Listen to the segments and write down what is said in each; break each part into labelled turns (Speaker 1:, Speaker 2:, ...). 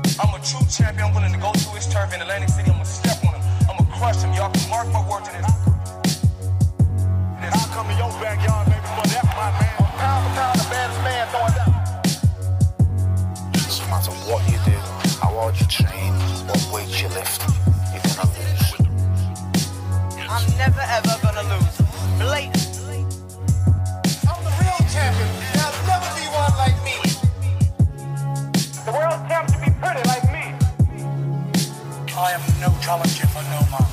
Speaker 1: world champion. I'm willing to go through his turf in Atlantic City. I'm gonna step on him. I'm gonna crush him. Y'all can mark my words in it. I'll come in your backyard, baby, but that's my man. I'm pound for pound, the baddest man throwing down.
Speaker 2: doesn't matter what you do, how hard you train, what weight you lift, you're gonna lose.
Speaker 3: I'm never ever gonna lose. Blatant.
Speaker 1: I'm the real champion. There'll never be one like me. The world tempts to be pretty like me. I am no challenger for no man.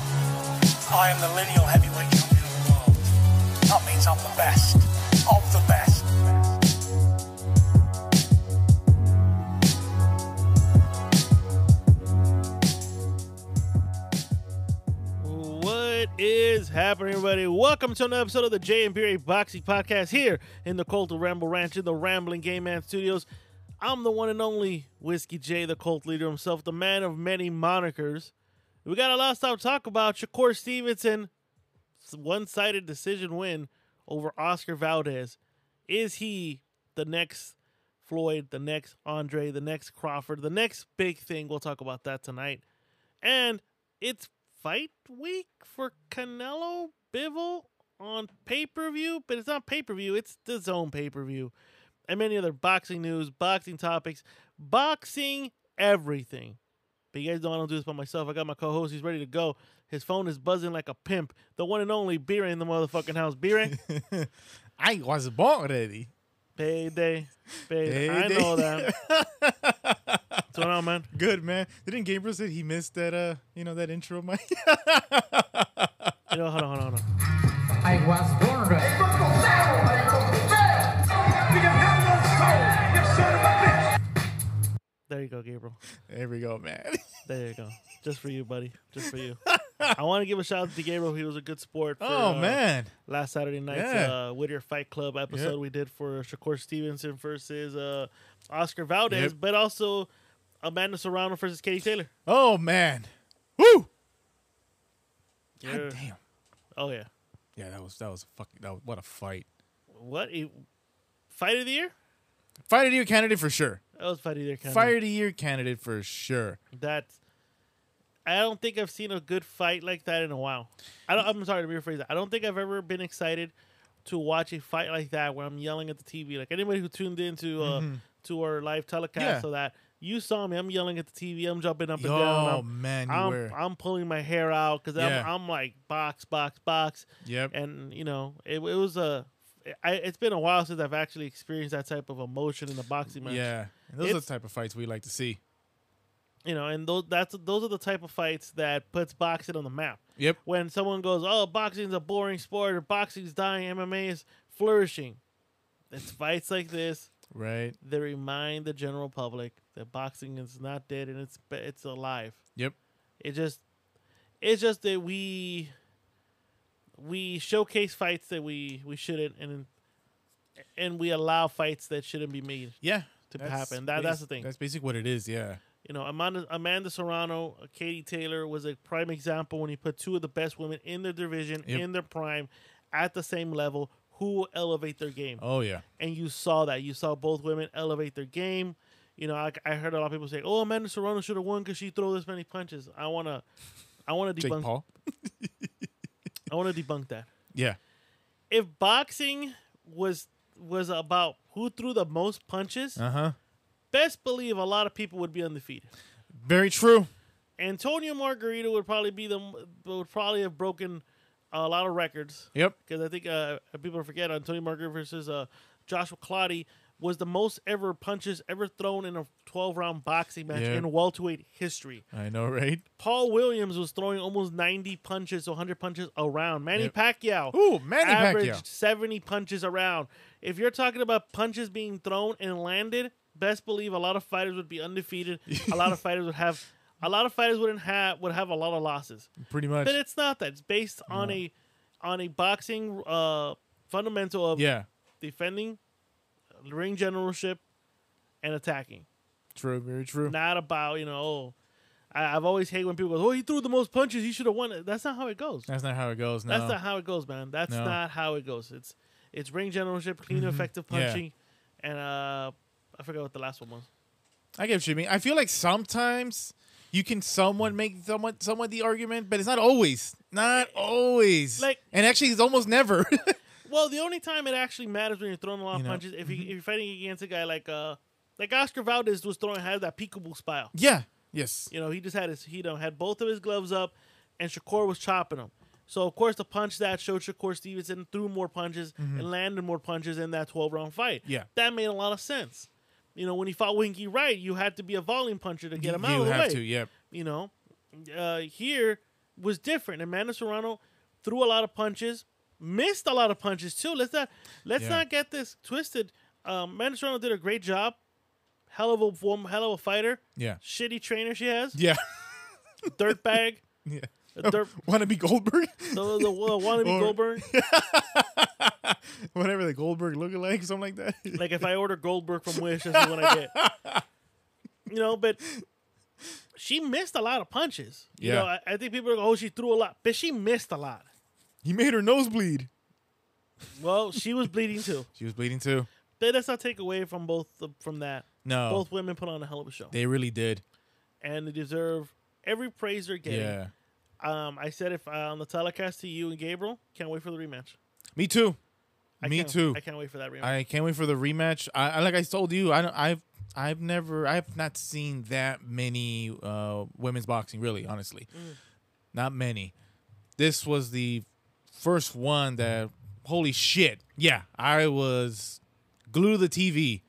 Speaker 1: I am the lineal heavyweight champion of the world. That means I'm the best of the best.
Speaker 4: What is happening, everybody? Welcome to another episode of the J and Perry Boxing Podcast here in the Colt of Ramble Ranch in the Rambling Game Man Studios. I'm the one and only Whiskey J, the cult leader himself, the man of many monikers. We got a lot of stuff to talk about. Shakur Stevenson, one sided decision win over Oscar Valdez. Is he the next Floyd, the next Andre, the next Crawford, the next big thing? We'll talk about that tonight. And it's fight week for Canelo Bivol on pay per view, but it's not pay per view, it's the zone pay per view. And many other boxing news, boxing topics, boxing everything. But you guys know I don't do this by myself. I got my co host, he's ready to go. His phone is buzzing like a pimp. The one and only Beer in the motherfucking house. Beer,
Speaker 5: I was born already.
Speaker 4: payday, payday. I
Speaker 5: Payday.
Speaker 4: know that. What's going on, man?
Speaker 5: Good man. Didn't Gabriel say he missed that uh you know that intro Mike?
Speaker 4: You know, hold on, hold on, hold on.
Speaker 6: I was born ready.
Speaker 4: There you go, Gabriel.
Speaker 5: there we go, man.
Speaker 4: There you go. Just for you, buddy. Just for you. I want to give a shout out to Gabriel. He was a good sport. For,
Speaker 5: Oh
Speaker 4: uh,
Speaker 5: man.
Speaker 4: Last Saturday night's
Speaker 5: Yeah.
Speaker 4: uh, Whittier Fight Club episode
Speaker 5: Yep.
Speaker 4: we did for Shakur Stevenson versus uh, Oscar Valdez,
Speaker 5: Yep.
Speaker 4: but also Amanda Serrano versus Katie Taylor.
Speaker 5: Oh man. Woo!
Speaker 4: Yeah.
Speaker 5: God damn.
Speaker 4: Oh yeah.
Speaker 5: Yeah, that was that was a fucking that was, what a fight.
Speaker 4: What a- fight of the year?
Speaker 5: Fight of the year candidate for sure.
Speaker 4: That was fight of the year. Kind
Speaker 5: Fight of the year candidate for sure.
Speaker 4: That's. I don't think I've seen a good fight like that in a while. I don't, I'm sorry to rephrase that. I don't think I've ever been excited to watch a fight like that where I'm yelling at the TV. Like anybody who tuned into uh, to our live
Speaker 5: Mm-hmm. Yeah.
Speaker 4: telecast, so that you saw me, I'm yelling at the TV. I'm jumping up and
Speaker 5: Oh
Speaker 4: down.
Speaker 5: man,
Speaker 4: I'm,
Speaker 5: you
Speaker 4: I'm,
Speaker 5: were.
Speaker 4: I'm pulling my hair out because
Speaker 5: Yeah.
Speaker 4: I'm, I'm like box, box, box,
Speaker 5: Yep.
Speaker 4: and you know it, it was a. I, it's been a while since I've actually experienced that type of emotion in a boxing match
Speaker 5: Yeah. And those are
Speaker 4: It's-
Speaker 5: the type of fights we like to see.
Speaker 4: you know, and those that's those are the type of fights that puts boxing on the map.
Speaker 5: Yep.
Speaker 4: When someone goes, "Oh, boxing's a boring sport," or "Boxing's dying," MMA is flourishing. It's fights like this
Speaker 5: Right.
Speaker 4: that remind the general public that boxing is not dead and it's it's alive.
Speaker 5: Yep.
Speaker 4: It just it's just that we we showcase fights that we we shouldn't and and we allow fights that shouldn't be made.
Speaker 5: Yeah.
Speaker 4: To happen. That- that's the thing.
Speaker 5: That's basically what it is, yeah.
Speaker 4: You know, Amanda, Amanda Serrano, uh, Katie Taylor was a prime example when he put two of the best women in their division,
Speaker 5: Yep.
Speaker 4: in their prime, at the same level, who will elevate their game.
Speaker 5: Oh yeah.
Speaker 4: And you saw that. You saw both women elevate their game. You know, I, I heard a lot of people say, "Oh, Amanda Serrano should have won because she threw this many punches." I wanna, I wanna
Speaker 5: Jake
Speaker 4: debunk.
Speaker 5: Paul.
Speaker 4: I wanna debunk that.
Speaker 5: Yeah.
Speaker 4: If boxing was was about who threw the most punches,
Speaker 5: Uh-huh.
Speaker 4: best believe a lot of people would be undefeated.
Speaker 5: Very true.
Speaker 4: Antonio Margarita would probably be the would probably have broken a lot of records
Speaker 5: Yep.
Speaker 4: because I think uh, people forget Antonio Margarita versus uh, Joshua Claudy was the most ever punches ever thrown in a 12 round boxing match
Speaker 5: Yeah.
Speaker 4: in welterweight history.
Speaker 5: I know, right?
Speaker 4: Paul Williams was throwing almost 90 punches, 100 punches around. Manny
Speaker 5: Yep.
Speaker 4: Pacquiao
Speaker 5: Ooh, Manny
Speaker 4: averaged
Speaker 5: Pacquiao.
Speaker 4: 70 punches around. If you're talking about punches being thrown and landed, best believe a lot of fighters would be undefeated. a lot of fighters would have a lot of fighters wouldn't have would have a lot of losses.
Speaker 5: Pretty much.
Speaker 4: But it's not that. It's based on a on a boxing uh fundamental of
Speaker 5: Yeah.
Speaker 4: defending ring generalship and attacking.
Speaker 5: True. Very true.
Speaker 4: Not about, you know, oh, I, I've always hate when people go, "Oh, he threw the most punches, he should have won." it." That's not how it goes.
Speaker 5: That's not how it goes. No.
Speaker 4: That's not how it goes, man. That's
Speaker 5: No. Mm-hmm.
Speaker 4: not how it goes. It's it's ring generalship, clean, effective
Speaker 5: Yeah.
Speaker 4: punching, and uh, I forgot what the last one was.
Speaker 5: I get what you mean. I feel like sometimes you can someone make someone someone the argument, but it's not always. Not always.
Speaker 4: Like-
Speaker 5: and actually, it's almost never.
Speaker 4: Well, the only time it actually matters when you're throwing a lot of
Speaker 5: You know. Mm-hmm.
Speaker 4: punches if, you, if you're fighting against a guy like uh like Oscar Valdez was throwing had that peekaboo style.
Speaker 5: yeah. Yes.
Speaker 4: You know, he just had his he done had both of his gloves up, and Shakur was chopping him. So of course the punch that showed Shakur Stevenson threw more punches and landed more punches in that twelve round fight.
Speaker 5: Mm-hmm. Yeah.
Speaker 4: that made a lot of sense. You know, when he fought Winky Wright, you had to be a volume puncher to get him
Speaker 5: you
Speaker 4: out of the
Speaker 5: have
Speaker 4: way.
Speaker 5: to. Yep.
Speaker 4: You know, uh, here was different. Amanda Serrano threw a lot of punches, missed a lot of punches too. Let's not let's
Speaker 5: Yeah.
Speaker 4: not get this twisted. Um, Amanda Serrano did a great job. Hell of a woman, hell of a fighter.
Speaker 5: Yeah.
Speaker 4: Shitty trainer she has.
Speaker 5: Yeah.
Speaker 4: Dirt bag.
Speaker 5: yeah.
Speaker 4: A dirt,
Speaker 5: Wannabe Goldberg,
Speaker 4: the, the, the wannabe
Speaker 5: Or-
Speaker 4: Goldberg.
Speaker 5: whatever the Goldberg lookalike, something like that.
Speaker 4: Like if I order Goldberg from Wish, that's what I get. You know, but she missed a lot of punches. You
Speaker 5: Yeah.
Speaker 4: know, I, I think people are like, oh, she threw a lot, but she missed a lot.
Speaker 5: he made her nose bleed.
Speaker 4: Well, she was bleeding too.
Speaker 5: She was bleeding too.
Speaker 4: But that's not take away from both the, from that.
Speaker 5: No,
Speaker 4: Both women put on a hell of a show,
Speaker 5: Oh. they really did.
Speaker 4: and they deserve every praise they're getting.
Speaker 5: Yeah,
Speaker 4: Um, I said if uh, on the telecast to you and Gabriel, can't wait for the rematch.
Speaker 5: me too.
Speaker 4: I
Speaker 5: me
Speaker 4: can't-
Speaker 5: too.
Speaker 4: I can't wait for that rematch.
Speaker 5: I can't wait for the rematch. I, I like I told you, I don't, I've I've never I've not seen that many uh, women's boxing. Really, honestly, not many. This was the first one that holy shit. Yeah, I was glued to the TV,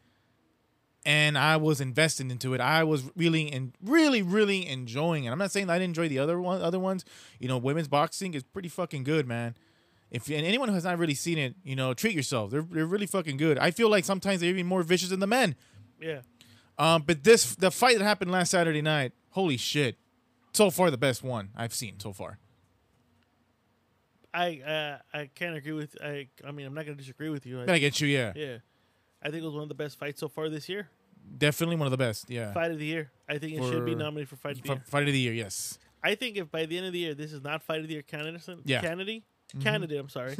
Speaker 5: and I was invested into it. I was really and really really enjoying it. I'm not saying I didn't enjoy the other one other ones. You know, women's boxing is pretty fucking good, man if and anyone who has not really seen it, you know, treat yourself. They're they're really fucking good. I feel like sometimes they're even more vicious than the men.
Speaker 4: yeah.
Speaker 5: Um, but this the fight that happened last Saturday night, holy shit! So far, the best one I've seen so far.
Speaker 4: I uh, I can't agree with I I mean I'm not gonna disagree with you. I,
Speaker 5: Then I get you, yeah,
Speaker 4: yeah, I think it was one of the best fights so far this year.
Speaker 5: definitely one of the best. Yeah,
Speaker 4: Fight of the year. I think it should be
Speaker 5: For-
Speaker 4: nominated for fight of the
Speaker 5: F-
Speaker 4: year.
Speaker 5: fight of the year, yes.
Speaker 4: I think if by the end of the year this is not fight of the year candidate,
Speaker 5: Yeah. Mm-hmm.
Speaker 4: candidate, candidate. I'm sorry.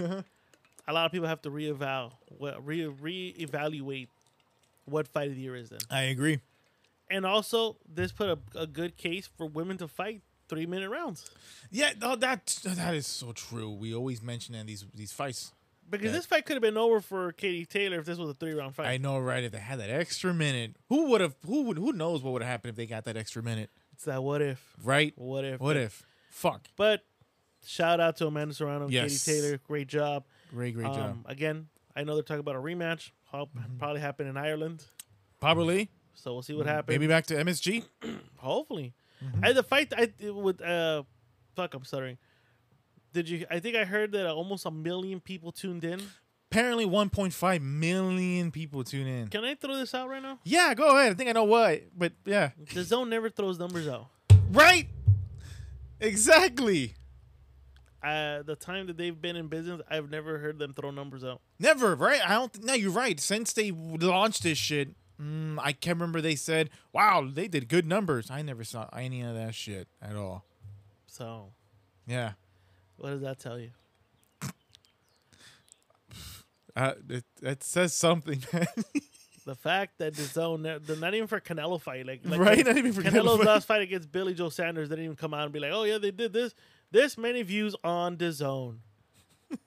Speaker 4: a lot of people have to reeval, well, re reevaluate what fight of the year is then.
Speaker 5: I agree.
Speaker 4: And also, this put a, a good case for women to fight three minute rounds
Speaker 5: Yeah, no, that that is so true. We always mention in these these fights.
Speaker 4: because
Speaker 5: Yeah.
Speaker 4: this fight could have been over for Katie Taylor if this was a three round fight.
Speaker 5: I know, right? If they had that extra minute, who would have? Who would? Who knows what would have happened if they got that extra minute,
Speaker 4: It's that what if,
Speaker 5: right?
Speaker 4: what if,
Speaker 5: What if? Fuck.
Speaker 4: But shout out to Amanda Serrano, and
Speaker 5: Yes.
Speaker 4: Katie Taylor, great job.
Speaker 5: Great, great job. Mm-hmm.
Speaker 4: Um, again, I know they're talking about a rematch. Prob- Probably happen in Ireland,
Speaker 5: Probably.
Speaker 4: so we'll see what happens.
Speaker 5: Mm-hmm. Maybe back to MSG.
Speaker 4: hopefully, I, the fight I it with uh, fuck, I'm stuttering. Did you? I think I heard that almost a million people tuned in.
Speaker 5: Apparently, 1.5 million people tune in.
Speaker 4: Can I throw this out right now?
Speaker 5: Yeah, go ahead. I think I know why, but yeah,
Speaker 4: The zone never throws numbers out.
Speaker 5: right, exactly.
Speaker 4: Uh, the time that they've been in business, I've never heard them throw numbers out.
Speaker 5: Never, right? I don't. No, you're right. Since they launched this shit, mm, I can't remember. They said, "Wow, they did good numbers." I never saw any of that shit at all.
Speaker 4: So,
Speaker 5: Yeah,
Speaker 4: what does that tell you?
Speaker 5: uh, it, it says something, man.
Speaker 4: The fact that the zone, they're not even for Canelo fight, like, like
Speaker 5: right? Not even for
Speaker 4: Canelo's
Speaker 5: Canelo.
Speaker 4: last fight against Billy Joe Sanders they didn't even come out and be like, "Oh yeah, they did this." This many views on the zone.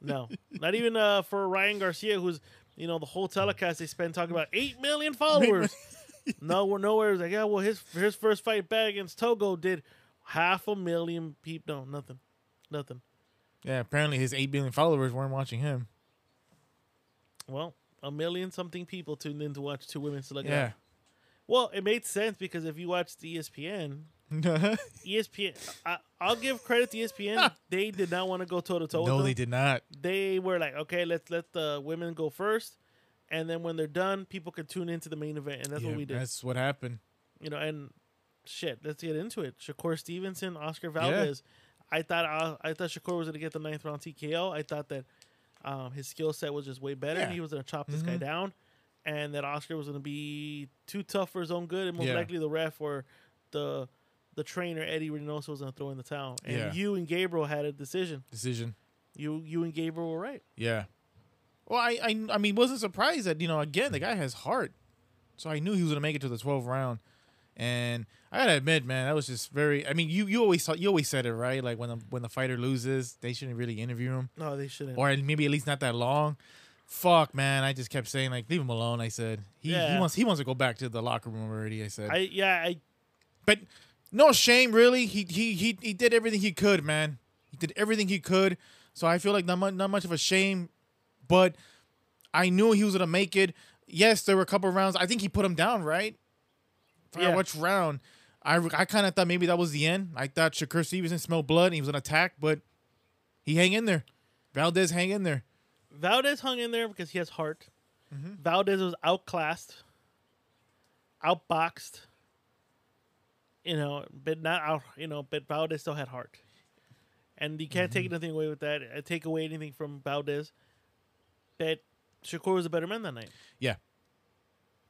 Speaker 4: No, not even uh, for Ryan Garcia, who's you know the whole telecast they spent talking about eight million followers. no, we're nowhere. It's like, yeah, well, his his first fight back against Togo did half a million people. No, nothing, nothing.
Speaker 5: Yeah, apparently his eight billion followers weren't watching him.
Speaker 4: Well, a million something people tuned in to watch two women slug it
Speaker 5: Yeah,
Speaker 4: out. Well, it made sense because if you E watched ESPN,
Speaker 5: no,
Speaker 4: ESPN. I, I'll give credit to E ESPN. they did not want to go toe to toe. with
Speaker 5: they
Speaker 4: them.
Speaker 5: did not.
Speaker 4: They were like, okay, let's let the women go first, and then when they're done, people can tune into the main event, and that's
Speaker 5: Yeah,
Speaker 4: what we did.
Speaker 5: That's what happened.
Speaker 4: You know, and shit, let's get into it. Shakur Stevenson, Oscar Valdez. I thought uh, I thought Shakur was going to get the ninth round TKO. I thought that um, his skill set was just way better, and
Speaker 5: Yeah.
Speaker 4: he was going to chop this guy down, and that Oscar was going to be too tough for his own good, and most
Speaker 5: Yeah.
Speaker 4: likely the ref or the the trainer Eddie Reynoso was going to throw in the towel. And
Speaker 5: Yeah.
Speaker 4: you and Gabriel had a decision.
Speaker 5: Decision.
Speaker 4: You you and Gabriel were right.
Speaker 5: Yeah. Well, I, I I mean, wasn't surprised that you know again the guy has heart, so I knew he was gonna make it to the 12th round, And I gotta admit, man, that was just very. I mean, you you always saw, you always said it right. Like when the, when the fighter loses, they shouldn't really interview him,
Speaker 4: No, they shouldn't.
Speaker 5: or maybe at least not that long. Fuck, man, I just kept saying like, leave him alone. I said he,
Speaker 4: Yeah.
Speaker 5: he wants he wants to go back to the locker room already. I said,
Speaker 4: I yeah, I
Speaker 5: but no shame, really. He he he he did everything he could, man. He did everything he could. So I feel like not much, not much of a shame, but I knew he was gonna make it. Yes, there were a couple rounds. I think he put him down, right? Yeah.
Speaker 4: Yeah.
Speaker 5: Which round? I I kind of thought maybe that was the end. I thought Shakur Stevenson smelled blood and he was gonna attack, but he hang in there. Valdez hang in there.
Speaker 4: Valdez hung in there because he has heart. Valdez was outclassed, outboxed. You know, but not out. You know, but Valdez still had heart, and you can't take anything away with that. uh, Take away anything from Valdez. That Shakur was a better man that night.
Speaker 5: Yeah.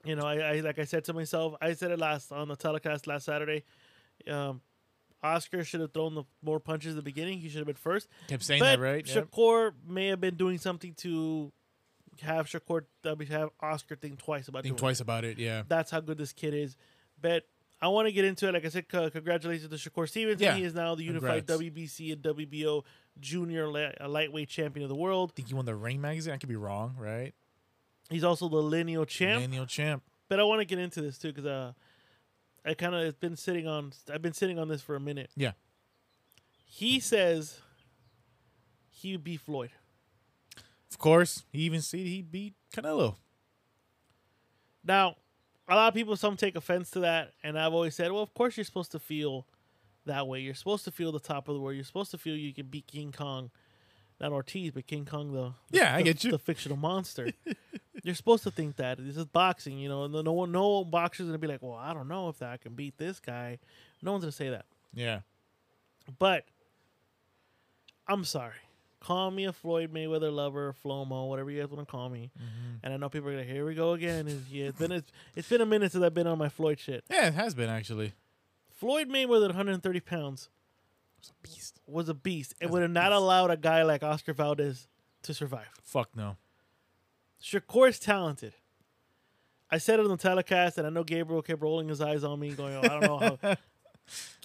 Speaker 4: You know, I, I like I said to myself, I said it last on the telecast last Saturday. Um, Oscar should have thrown the more punches at the beginning. He should have been first.
Speaker 5: Kept saying
Speaker 4: But
Speaker 5: that, right? Yep.
Speaker 4: Shakur may have been doing something to have Shakur, I mean, have Oscar think twice about
Speaker 5: Think
Speaker 4: doing it.
Speaker 5: twice about it. Yeah.
Speaker 4: That's how good this kid is. But I want to get into it. Like I said, c- congratulations to Shakur Stevenson.
Speaker 5: Yeah.
Speaker 4: He is now the unified
Speaker 5: Congrats.
Speaker 4: WBC and WBO junior li- uh, lightweight champion of the world.
Speaker 5: think he won the Ring magazine. I could be wrong, right?
Speaker 4: He's also the lineal champ.
Speaker 5: Daniel Champ.
Speaker 4: But I want to get into this too because uh, I kind of it's been sitting on. I've been sitting on this for a minute.
Speaker 5: Yeah.
Speaker 4: He says he would beat Floyd.
Speaker 5: Of course, he even said he beat Canelo.
Speaker 4: Now, a lot of people some take offense to that, and I've always said, well, of course you're supposed to feel that way. You're supposed to feel the top of the world. You're supposed to feel you can beat King Kong, not Ortiz, but King Kong the, the-
Speaker 5: Yeah, I
Speaker 4: the-
Speaker 5: get you.
Speaker 4: the fictional monster. you're supposed to think that this is boxing, you know. And no one, no boxer's gonna be like, well, I don't know if that I can beat this guy. No one's gonna say that.
Speaker 5: Yeah.
Speaker 4: But I'm sorry. Call me a Floyd Mayweather lover, Flomo, whatever you guys want to call me.
Speaker 5: Mm-hmm.
Speaker 4: And I know people are gonna here we go again. It's, yeah, it's been it's, it's been a minute since I've been on my Floyd shit.
Speaker 5: Yeah, it has been actually.
Speaker 4: Floyd Mayweather at 130 pounds
Speaker 5: Beast.
Speaker 4: was a beast. It
Speaker 5: That's
Speaker 4: would
Speaker 5: a
Speaker 4: have not
Speaker 5: beast.
Speaker 4: allowed a guy like Oscar Valdez to survive.
Speaker 5: Fuck no.
Speaker 4: Shakur is talented. I said it on the telecast, and I know Gabriel kept rolling his eyes on me, going, oh, I don't know how.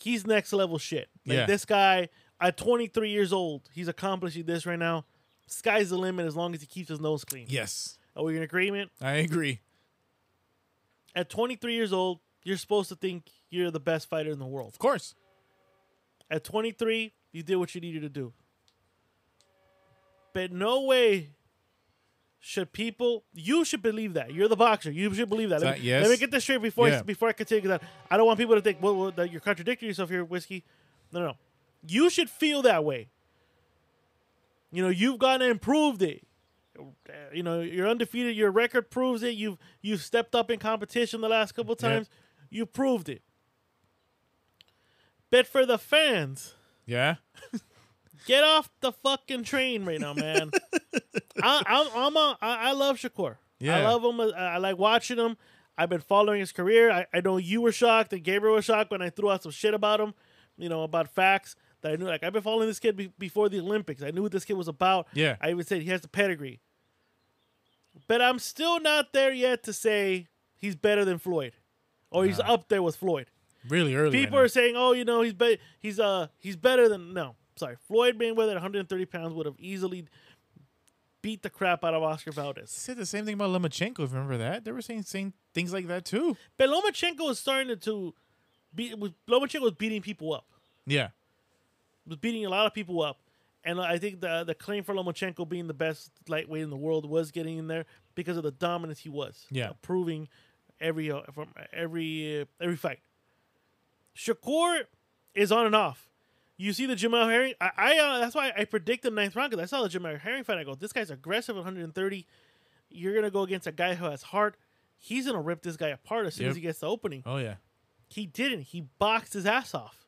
Speaker 4: he's next level shit. Like
Speaker 5: Yeah.
Speaker 4: this guy, at 23 years old, he's accomplishing this right now. Sky's the limit as long as he keeps his nose clean.
Speaker 5: Yes,
Speaker 4: Are we in agreement?
Speaker 5: I agree.
Speaker 4: At 23 years old, you're supposed to think you're the best fighter in the world.
Speaker 5: Of course.
Speaker 4: At 23, you did what you needed to do. But no way should people. You should believe that you're the boxer. You should believe that. Let
Speaker 5: That-
Speaker 4: me,
Speaker 5: yes.
Speaker 4: let me get this straight before I,
Speaker 5: Yeah.
Speaker 4: before I continue. That I don't want people to think well, well, that you're contradicting yourself here, whiskey. No, no, no. You should feel that way. You know you've gone and improved it. Uh, You know you're undefeated. Your record proves it. You've you've stepped up in competition the last couple times. You proved it. But for the fans,
Speaker 5: Yeah.
Speaker 4: Get off the fucking train right now, man. I, I'm, I'm a, I, I love Shakur. I
Speaker 5: Yeah.
Speaker 4: love him. I, I like watching him. I've been following his career. I, I know you were shocked and Gabriel was shocked when I threw out some shit about him, you know, about facts that I knew. Like, I've been following this kid be- before the Olympics. I knew what this kid was about.
Speaker 5: Yeah.
Speaker 4: I even said he has the pedigree. But I'm still not there yet to say he's better than Floyd or he's up there with Floyd.
Speaker 5: Really early. right
Speaker 4: People
Speaker 5: now.
Speaker 4: are saying, "Oh, you know, he's be- he's uh he's better than no." Sorry, Floyd Mayweather at 130 pounds would have easily beat the crap out of Oscar Valdez.
Speaker 5: said the same thing about Lomachenko. if you Remember that? They were saying saying things like that too.
Speaker 4: But Lomachenko was starting to, to beat. Was, Lomachenko was beating people up.
Speaker 5: Yeah.
Speaker 4: Was beating a lot of people up, and I think the the claim for Lomachenko being the best lightweight in the world was getting in there because of the dominance he was.
Speaker 5: Yeah.
Speaker 4: proving every uh, from every uh, every fight. Shakur is on and off. You see the Jamal Herring. I, I uh, that's why I predict the ninth round because I saw the Jamal Herring fight. I go, this guy's aggressive at 130. You're gonna go against a guy who has heart. He's gonna rip this guy apart as soon as
Speaker 5: Yep.
Speaker 4: he gets the opening.
Speaker 5: Oh yeah.
Speaker 4: He didn't. He boxed his ass off.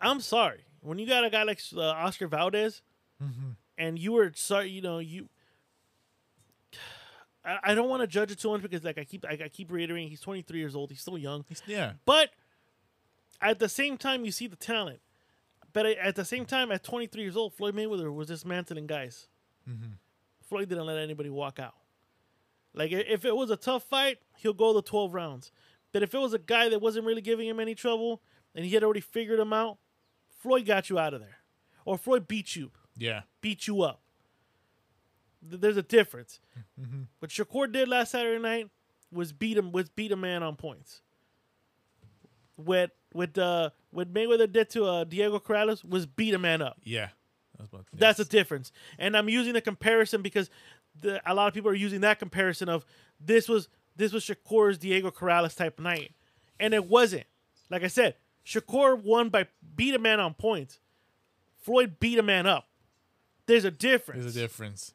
Speaker 4: I'm sorry. When you got a guy like uh, Oscar Valdez, and you were sorry, you know you. I, I don't want to judge it too much because, like I keep, I, I keep reiterating, he's 23 years old. He's still young,
Speaker 5: He's- yeah.
Speaker 4: but at the same time, you see the talent. But at- at the same time, at 23 years old, Floyd Mayweather was dismantling guys. Floyd didn't let anybody walk out. Like i- if it was a tough fight, he'll go the twelve rounds. But if it was a guy that wasn't really giving him any trouble and he had already figured him out, Floyd got you out of there, or Floyd beat you,
Speaker 5: Yeah.
Speaker 4: beat you up. Th- There's a difference.
Speaker 5: Mm-hmm.
Speaker 4: What Shakur did last Saturday night was beat him was beat a man on points. What what uh, what Mayweather did to uh, Diego Corrales was beat a man up.
Speaker 5: Yeah. That was about- yeah.
Speaker 4: That's the difference. And I'm using the comparison because the, a lot of people are using that comparison of this was this was Shakur's Diego Corrales type night, and it wasn't. Like I said, Shakur won by beat a man on points. Floyd beat a man up. There's a difference.
Speaker 5: There's a difference.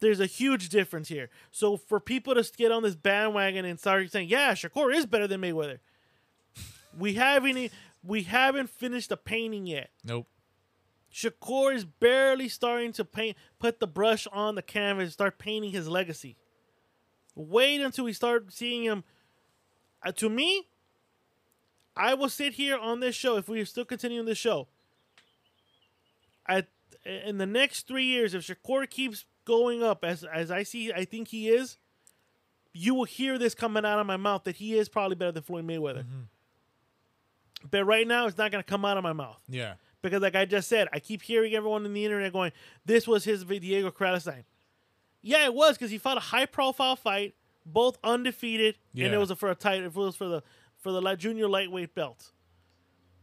Speaker 4: There's a huge difference here. So for people to get on this bandwagon and start saying, "Yeah, Shakur is better than Mayweather," we haven't e- we haven't finished the painting yet.
Speaker 5: Nope.
Speaker 4: Shakur is barely starting to paint, put the brush on the canvas, start painting his legacy. Wait until we start seeing him. Uh, to me, I will sit here on this show if we are still continuing this show. At in the next three years, if Shakur keeps going up as as I see, I think he is. You will hear this coming out of my mouth that he is probably better than Floyd Mayweather. But right now, it's not going to come out of my mouth
Speaker 5: Yeah.
Speaker 4: because like I just said, I keep hearing everyone in the internet going, "This was his Diego Corrales time." Yeah, it was because he fought a high-profile fight, both undefeated, and
Speaker 5: Yeah.
Speaker 4: it was for a title. It was for the for the light- junior lightweight belt.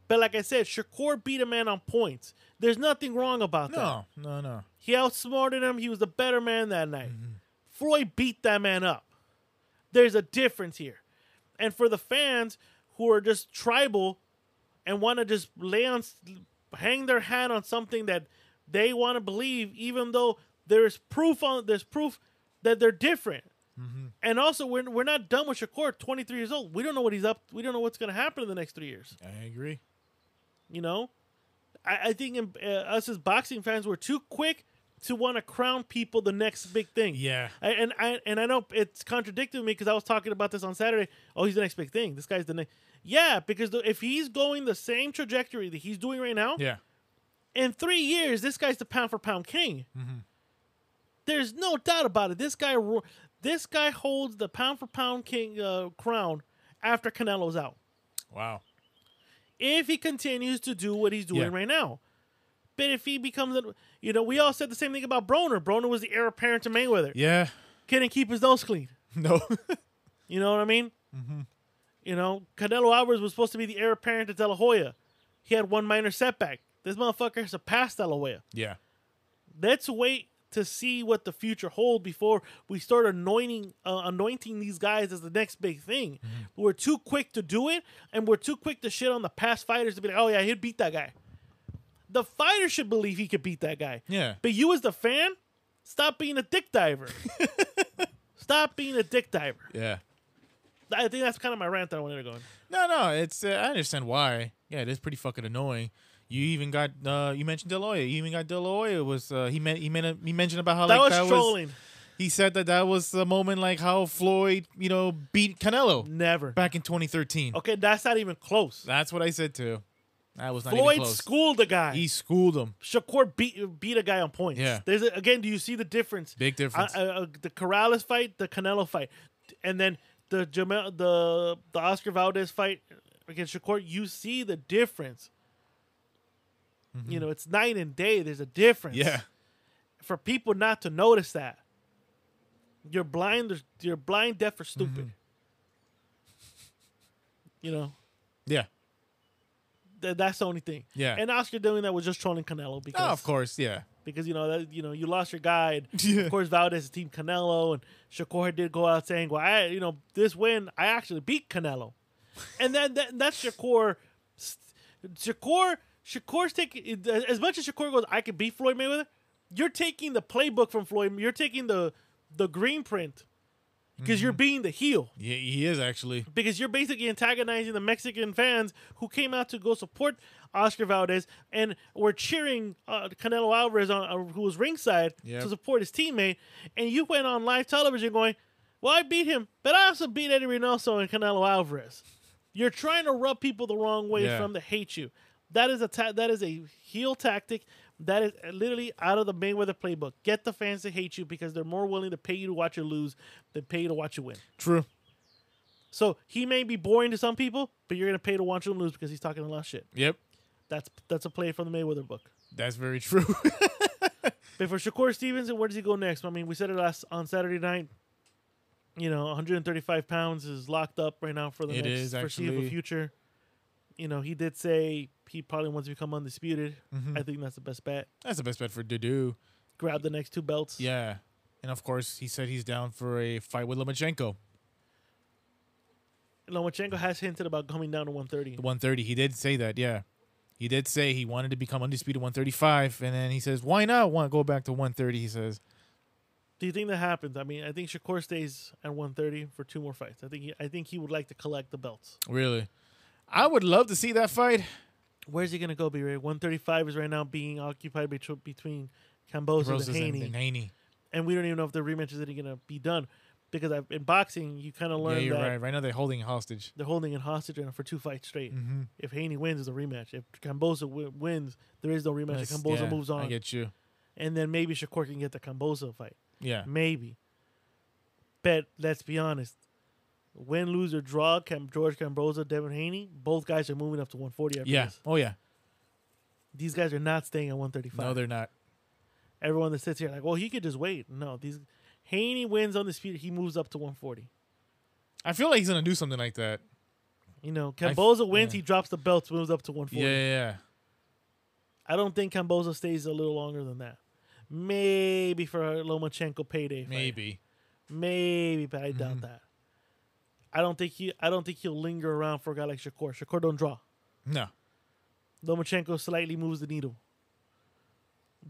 Speaker 4: But like I said, Shakur beat a man on points. There's nothing wrong about that.
Speaker 5: No. No. No.
Speaker 4: He outsmarted him. He was the better man that night. Floyd beat that man up. There's a difference here. And for the fans who are just tribal and want to just lay on, hang their hat on something that they want to believe, even though there is proof on there's proof that they're different. And also, we're, we're not done with Shakur, 23 years old. We don't know what he's up. We don't know what's going to happen in the next three years.
Speaker 5: I agree.
Speaker 4: You know, I, I think um, uh, us as boxing fans were too quick to want to crown people the next big thing.
Speaker 5: Yeah.
Speaker 4: I, and I and I know it's contradicting me because I was talking about this on Saturday. Oh, he's the next big thing. This guy's the next. Yeah, because the, if he's going the same trajectory that he's doing right now,
Speaker 5: Yeah.
Speaker 4: in three years, this guy's the pound for pound king.
Speaker 5: Mm-hmm.
Speaker 4: There's no doubt about it. This guy, ro- this guy holds the pound for pound king uh, crown after Canelo's out
Speaker 5: Wow.
Speaker 4: if he continues to do what he's doing
Speaker 5: Yeah.
Speaker 4: right now. But if he becomes, a, you know, we all said the same thing about Broner. Broner was the heir apparent to Mayweather.
Speaker 5: Yeah.
Speaker 4: Couldn't keep his nose clean.
Speaker 5: No.
Speaker 4: You know what I mean?
Speaker 5: Mm-hmm.
Speaker 4: You know, Canelo Alvarez was supposed to be the heir apparent to De La Hoya. He had one minor setback. This motherfucker surpassed De La Hoya.
Speaker 5: yeah.
Speaker 4: Let's wait to see what the future hold before we start anointing uh, anointing these guys as the next big thing. We're too quick to do it, and we're too quick to shit on the past fighters to be like, "Oh yeah, he'd beat that guy." The fighter should believe he could beat that guy.
Speaker 5: Yeah.
Speaker 4: But you, as the fan, stop being a dick diver. stop being a dick diver.
Speaker 5: Yeah.
Speaker 4: I think that's kind of my rant that I wanted to go on.
Speaker 5: No, no, it's uh, I understand why. Yeah, it is pretty fucking annoying. You even got uh, you mentioned Deloya. You even got Deloya was uh, he meant he meant he mentioned about how
Speaker 4: That
Speaker 5: like
Speaker 4: was trolling.
Speaker 5: he said that that was the moment like how Floyd you know beat Canelo
Speaker 4: Never.
Speaker 5: back in 2013.
Speaker 4: Okay, that's not even close.
Speaker 5: That's what I said too. That was not even
Speaker 4: Floyd
Speaker 5: close.
Speaker 4: schooled the guy.
Speaker 5: he schooled him.
Speaker 4: Shakur beat beat a guy on points.
Speaker 5: Yeah.
Speaker 4: There's a, again. Do you see the difference?
Speaker 5: Big difference.
Speaker 4: Uh, uh, uh, the Corrales fight, the Canelo fight, and then the Jamel, the the Oscar Valdez fight against Shakur. You see the difference. You know, it's night and day. There's a difference.
Speaker 5: Mm-hmm. Yeah,
Speaker 4: For people not to notice that, you're blind. You're blind, deaf, or
Speaker 5: Mm-hmm.
Speaker 4: stupid. You know.
Speaker 5: yeah.
Speaker 4: Th- that's the only thing.
Speaker 5: Yeah.
Speaker 4: And Oscar doing that was just trolling Canelo
Speaker 5: No,
Speaker 4: because
Speaker 5: of course, yeah,
Speaker 4: because you know that you know you lost your guy. And
Speaker 5: Yeah.
Speaker 4: Of course, Valdez is Team Canelo, and Shakur did go out saying, "Well, I you know this win, I actually beat Canelo," and then that, that's Shakur. Shakur Shakur's taking as much as Shakur goes. I could beat Floyd Mayweather. You're taking the playbook from Floyd. You're taking the the green print because you're being the heel
Speaker 5: yeah. He is actually.
Speaker 4: because you're basically antagonizing the Mexican fans who came out to go support Oscar Valdez and were cheering uh, Canelo Alvarez, on, uh, who was ringside,
Speaker 5: Yep.
Speaker 4: to support his teammate. And you went on live television going, "Well, I beat him, but I also beat Eddie Reynoso and Canelo Alvarez." You're trying to rub people the wrong way
Speaker 5: Yeah.
Speaker 4: from to hate you. That is a ta- that is a heel tactic. That is literally out of the Mayweather playbook. Get the fans to hate you because they're more willing to pay you to watch you lose than pay you to watch you win.
Speaker 5: True.
Speaker 4: So he may be boring to some people, but you're gonna pay to watch him lose because he's talking a lot of shit.
Speaker 5: Yep.
Speaker 4: That's that's a play from the Mayweather book.
Speaker 5: That's very true.
Speaker 4: But for Shakur Stevenson, where does he go next? I mean, we said it last on Saturday night. You know, 135 pounds is locked up right now for the
Speaker 5: It
Speaker 4: next
Speaker 5: is,
Speaker 4: foreseeable
Speaker 5: actually.
Speaker 4: future. You know, he did say he probably wants to become undisputed.
Speaker 5: Mm-hmm.
Speaker 4: I think that's the best bet.
Speaker 5: That's the best bet for Dudu.
Speaker 4: Grab the next two belts.
Speaker 5: Yeah. And of course, he said he's down for a fight with Lomachenko.
Speaker 4: Lomachenko has hinted about coming down to 130.
Speaker 5: The 130. He did say that, yeah. He did say he wanted to become undisputed 135. And then he says, why not want go back to 130? He says,
Speaker 4: Do you think that happens? I mean, I think Shakur stays at 130 for two more fights. I think he, I think he would like to collect the belts.
Speaker 5: really? I would love to see that fight.
Speaker 4: Where's he gonna go, B-Ray? 135 is right now being occupied betw- between Cambosos and
Speaker 5: Roses and,
Speaker 4: Haney.
Speaker 5: and Haney.
Speaker 4: and we don't even know if the rematch is even going to be done because I've, in boxing you kind of
Speaker 5: Yeah,
Speaker 4: learn
Speaker 5: you're
Speaker 4: that
Speaker 5: right. Right now they're holding hostage.
Speaker 4: they're holding it hostage right now for two fights straight.
Speaker 5: Mm-hmm.
Speaker 4: If Haney wins, it's a rematch. If Camboza w- wins, there is no rematch.
Speaker 5: That's-
Speaker 4: Camboza
Speaker 5: yeah,
Speaker 4: moves
Speaker 5: I
Speaker 4: on,
Speaker 5: get you.
Speaker 4: and then maybe Shakur can get the Camboza fight.
Speaker 5: Yeah.
Speaker 4: Maybe, but let's be honest. Win, lose, or draw, Cam- George Camboza, Devin Haney, both guys are moving up to 140 after
Speaker 5: Yeah.
Speaker 4: this.
Speaker 5: Oh, yeah.
Speaker 4: These guys are not staying at 135.
Speaker 5: No, they're not.
Speaker 4: Everyone that sits here like, well, he could just wait. No, these Haney wins on the speed. He moves up to 140.
Speaker 5: I feel like he's going to do something like that.
Speaker 4: You know,
Speaker 5: I f-
Speaker 4: Camboza wins,
Speaker 5: yeah.
Speaker 4: he drops the belts, moves up to 140.
Speaker 5: Yeah, yeah, yeah.
Speaker 4: I don't think Camboza stays a little longer than that. Maybe for a Lomachenko payday. fight.
Speaker 5: Maybe. Mm-hmm.
Speaker 4: Maybe, but I doubt that. I don't think he I don't think he'll linger around for a guy like Shakur. Shakur don't draw.
Speaker 5: No.
Speaker 4: Lomachenko slightly moves the needle.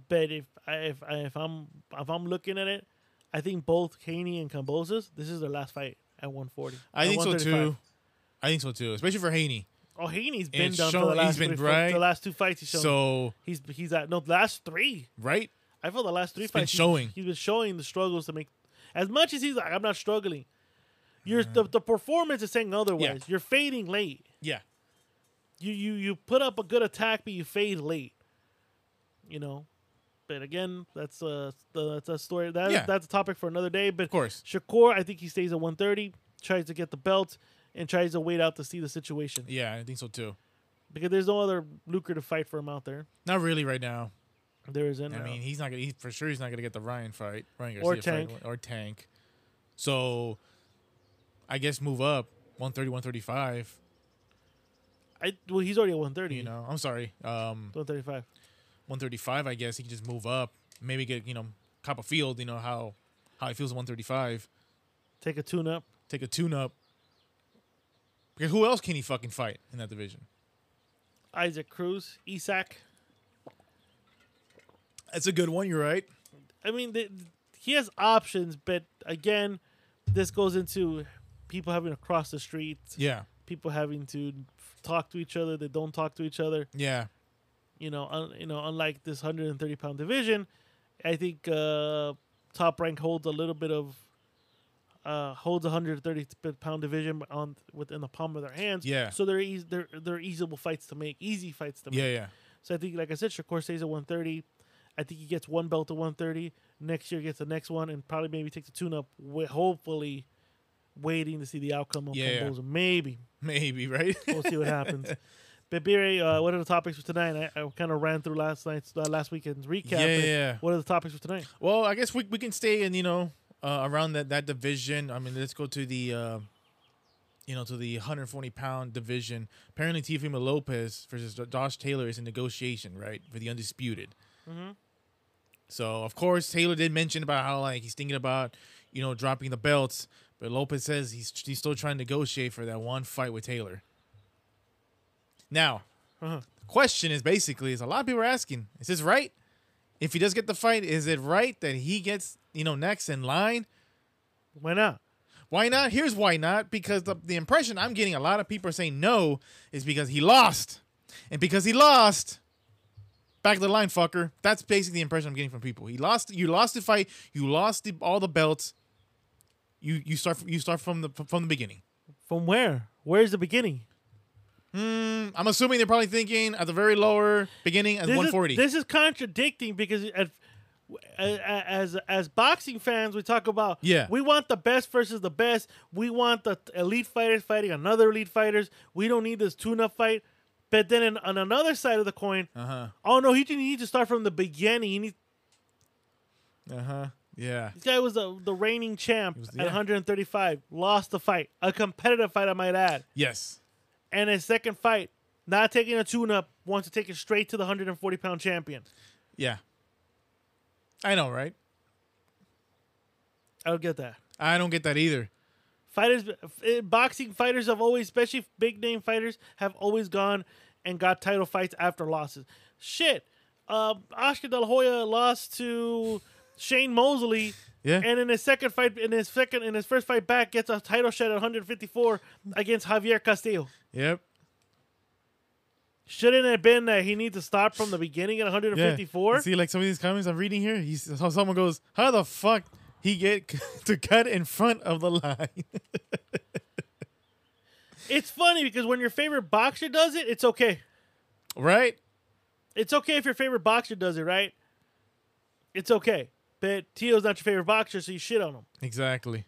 Speaker 4: But if I if I if I'm if I'm looking at it, I think both Haney and Camboza's, this is their last fight at 140.
Speaker 5: I
Speaker 4: at
Speaker 5: think so
Speaker 4: 135.
Speaker 5: too. I think so too, especially for Haney.
Speaker 4: Oh, Haney's been
Speaker 5: It's
Speaker 4: done
Speaker 5: shown-
Speaker 4: for the
Speaker 5: he's
Speaker 4: last,
Speaker 5: been
Speaker 4: three, for
Speaker 5: right.
Speaker 4: the last two fights. He's shown
Speaker 5: So
Speaker 4: He's he's at no the last three.
Speaker 5: right,
Speaker 4: I feel the last three
Speaker 5: been
Speaker 4: fights he's-
Speaker 5: showing.
Speaker 4: He's been showing the struggles to make as much as he's like I'm not struggling. Your the, the performance is saying otherwise. You're fading late.
Speaker 5: yeah,
Speaker 4: You you you put up a good attack, but you fade late. You know, but again, that's a that's a story. That
Speaker 5: Yeah.
Speaker 4: that's a topic for another day. But
Speaker 5: of course,
Speaker 4: Shakur, I think he stays at 130, tries to get the belt, and tries to wait out to see the situation
Speaker 5: yeah, I think so too.
Speaker 4: because there's no other lucrative fight for him out there.
Speaker 5: Not really right now.
Speaker 4: There isn't.
Speaker 5: I
Speaker 4: no.
Speaker 5: mean, he's not gonna. He, for sure, he's not gonna get the Ryan fight, Ryan Garcia
Speaker 4: Or Tank.
Speaker 5: fight, or Tank. So, I guess move up 130, 135.
Speaker 4: I well, he's already at 130.
Speaker 5: You know, I'm sorry, um,
Speaker 4: 135.
Speaker 5: 135. I guess he can just move up. Maybe get you know, cop a field. You know how how he feels at 135.
Speaker 4: Take a tune up.
Speaker 5: Take a tune up. Because who else can he fucking fight in that division?
Speaker 4: Isaac Cruz, Isak.
Speaker 5: That's a good one. You're right.
Speaker 4: I mean, the, he has options, but again, this goes into people having to cross the street,
Speaker 5: Yeah.
Speaker 4: people having to talk to each other. They don't talk to each other.
Speaker 5: Yeah.
Speaker 4: You know, un, you know, unlike this 130 pound division, I think uh, top rank holds a little bit of. Uh, holds 130 pound division on within the palm of their hands.
Speaker 5: Yeah.
Speaker 4: So they're eas they're they're easable fights to make, easy fights to make.
Speaker 5: Yeah. Yeah.
Speaker 4: So I think, like I said, Shakur stays at 130. I think he gets one belt at 130. Next year gets the next one and probably maybe takes a tune up. Hopefully, waiting to see the outcome of
Speaker 5: Yeah, yeah.
Speaker 4: Camboza. Maybe
Speaker 5: Maybe, right?
Speaker 4: we'll see what happens. But Biri, uh, what are the topics for tonight? I, I kind of ran through last night's uh, last weekend's recap.
Speaker 5: Yeah,
Speaker 4: but
Speaker 5: yeah.
Speaker 4: What are the topics for tonight?
Speaker 5: well, I guess we, we can stay in, you know, uh, around that, that division. I mean, let's go to the, uh, you know, to the 140 pound division. Apparently, Teofimo Lopez versus Josh Taylor is in negotiation, right, for the undisputed. So, of course, Taylor did mention about how, like, he's thinking about, you know, dropping the belts. But Lopez says he's, he's still trying to negotiate for that one fight with Taylor. Now,
Speaker 4: Uh-huh.
Speaker 5: the question is basically, is a lot of people are asking, is this right? if he does get the fight, is it right that he gets you know next in line?
Speaker 4: Why not?
Speaker 5: Why not? Here's why not. Because the, the impression I'm getting, a lot of people are saying no, is because he lost, and because he lost, back of the line, fucker. That's basically the impression I'm getting from people. He lost. You lost the fight. You lost the, all the belts. You you start you start from the from the beginning.
Speaker 4: From where? Where's the beginning?
Speaker 5: I'm assuming they're probably thinking at the very lower beginning at
Speaker 4: This is-
Speaker 5: 140.
Speaker 4: this is contradicting because at, as as boxing fans, we talk about
Speaker 5: Yeah.
Speaker 4: we want the best versus the best. We want the elite fighters fighting another elite fighters. We don't need this tuna fight. But then in, on another side of the coin, uh-huh. oh no, he didn't need to start from the beginning. He needs,
Speaker 5: yeah.
Speaker 4: this guy was the, the reigning champ
Speaker 5: was-
Speaker 4: at
Speaker 5: yeah.
Speaker 4: 135, lost the fight, a competitive fight, I might add.
Speaker 5: Yes.
Speaker 4: And his second fight, not taking a tune up, wants to take it straight to the 140 pound champion.
Speaker 5: Yeah. I know, right?
Speaker 4: I don't get that.
Speaker 5: I don't get that either.
Speaker 4: fighters eh, boxing fighters have always especially big name fighters have always gone and got title fights after losses shit um, oscar de la hoya lost to shane mosley
Speaker 5: Yeah.
Speaker 4: and in his second fight in his second in his first fight back gets a title shot at 154 against javier castillo
Speaker 5: Yep.
Speaker 4: shouldn't it have been that he needs to start from the beginning at
Speaker 5: Yeah.
Speaker 4: 154
Speaker 5: See, like some of these comments I'm reading here, he's, so someone goes, "How the fuck he get to cut in front of the line?"
Speaker 4: it's funny because when your favorite boxer does it it's okay
Speaker 5: right?
Speaker 4: it's okay if your favorite boxer does it right it's okay but Tio's not your favorite boxer, so you shit on him.
Speaker 5: Exactly.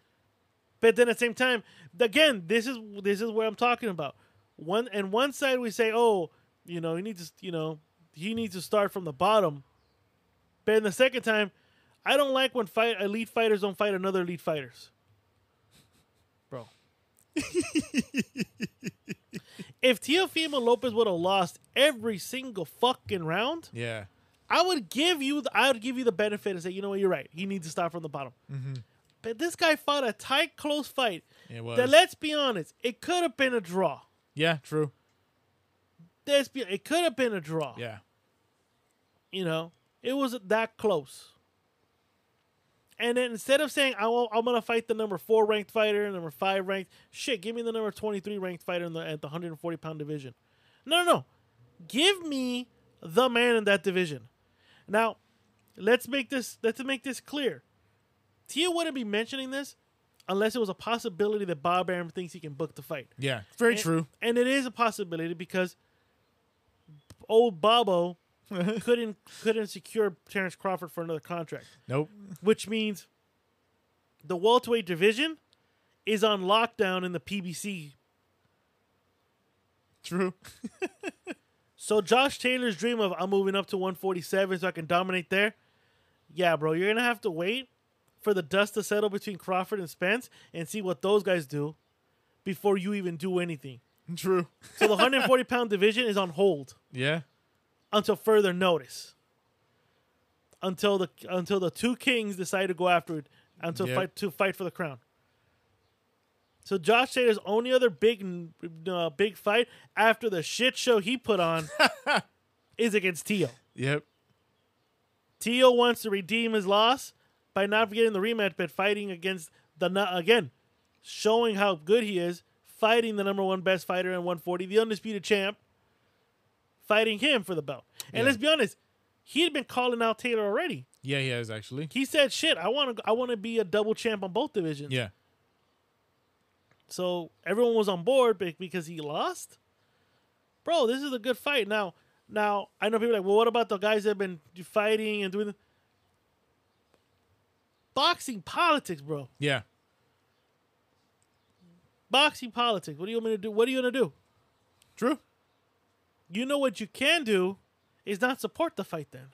Speaker 4: But then at the same time, again, this is this is what I'm talking about. One and one side we say, oh, you know, he needs to, you know, he needs to start from the bottom. But in the second time, I don't like when fight elite fighters don't fight another elite fighters, bro. if Teofimo Lopez would have lost every single fucking round,
Speaker 5: Yeah.
Speaker 4: I would give you the, I would give you the benefit and say, you know what, you're right. He needs to start from the bottom. But this guy fought a tight, close fight.
Speaker 5: Mm-hmm. It was.
Speaker 4: That let's be honest, it could have been a draw.
Speaker 5: yeah. True.
Speaker 4: Let's be, it could have been a draw.
Speaker 5: Yeah.
Speaker 4: You know, it was that close. And then instead of saying I will, I'm gonna fight the number four ranked fighter, number five ranked, shit, give me the number 23 ranked fighter in the at the 140 pound division. No, no, no, give me the man in that division. Now, let's make this let's make this clear. Tia wouldn't be mentioning this unless it was a possibility that Bob Arum thinks he can book the fight.
Speaker 5: Yeah. Very
Speaker 4: And-
Speaker 5: true.
Speaker 4: And it is a possibility because old Bobo couldn't couldn't secure Terrence Crawford for another contract,
Speaker 5: Nope.
Speaker 4: which means the welterweight division is on lockdown in the PBC.
Speaker 5: True.
Speaker 4: So Josh Taylor's dream of I'm moving up to 147 so I can dominate there. Yeah, bro, you're gonna have to wait for the dust to settle between Crawford and Spence and see what those guys do before you even do anything.
Speaker 5: True.
Speaker 4: So the 140 pound division is on hold.
Speaker 5: Yeah.
Speaker 4: until further notice. Until the until the two kings decide to go after it, until
Speaker 5: Yep.
Speaker 4: fight to fight for the crown. So Josh Taylor's only other big n- uh, big fight after the shit show he put on is against Tio.
Speaker 5: Yep.
Speaker 4: Tio wants to redeem his loss by not getting the rematch, but fighting against the nu- again, showing how good he is, fighting the number one best fighter in 140, the undisputed champ, fighting him for the belt. And
Speaker 5: Yeah.
Speaker 4: let's be honest, he had been calling out Taylor already.
Speaker 5: Yeah. He has actually.
Speaker 4: He said, "Shit, I want to, I want to be a double champ on both divisions."
Speaker 5: Yeah.
Speaker 4: So everyone was on board be- because he lost. Bro, this is a good fight. Now, now I know people are like, well, what about the guys that have been fighting and doing the-" boxing politics, bro?
Speaker 5: Yeah.
Speaker 4: Boxing politics. What do you want me to do? What are you gonna do?
Speaker 5: True.
Speaker 4: You know what you can do is not support the fight. Then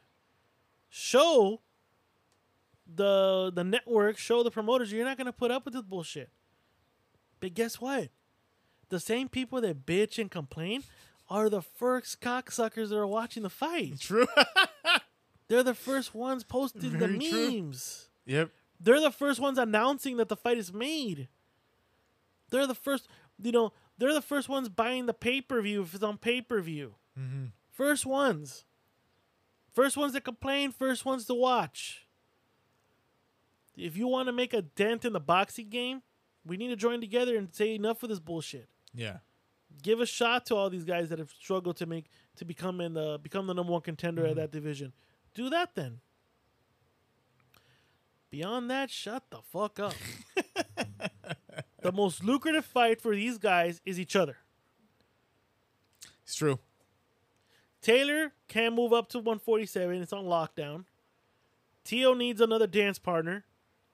Speaker 4: show the the network, show the promoters you're not gonna put up with this bullshit. But guess what? The same people that bitch and complain are the first cocksuckers that are watching the fight.
Speaker 5: True.
Speaker 4: They're the first ones posting the
Speaker 5: Very true.
Speaker 4: memes.
Speaker 5: yep.
Speaker 4: They're the first ones announcing that the fight is made. They're the first, you know, they're the first ones buying the pay per view if it's on pay per view. First ones. First ones that complain, first ones to watch. If you want to make a dent in the boxing game, we need to join together and say enough of this bullshit.
Speaker 5: Yeah.
Speaker 4: Give a shot to all these guys that have struggled to make to become in the become the number one contender at that division. Do that then. Beyond that, shut the fuck up. the most lucrative fight for these guys is each other.
Speaker 5: It's true.
Speaker 4: Taylor can move up to 147. It's on lockdown. Tio needs another dance partner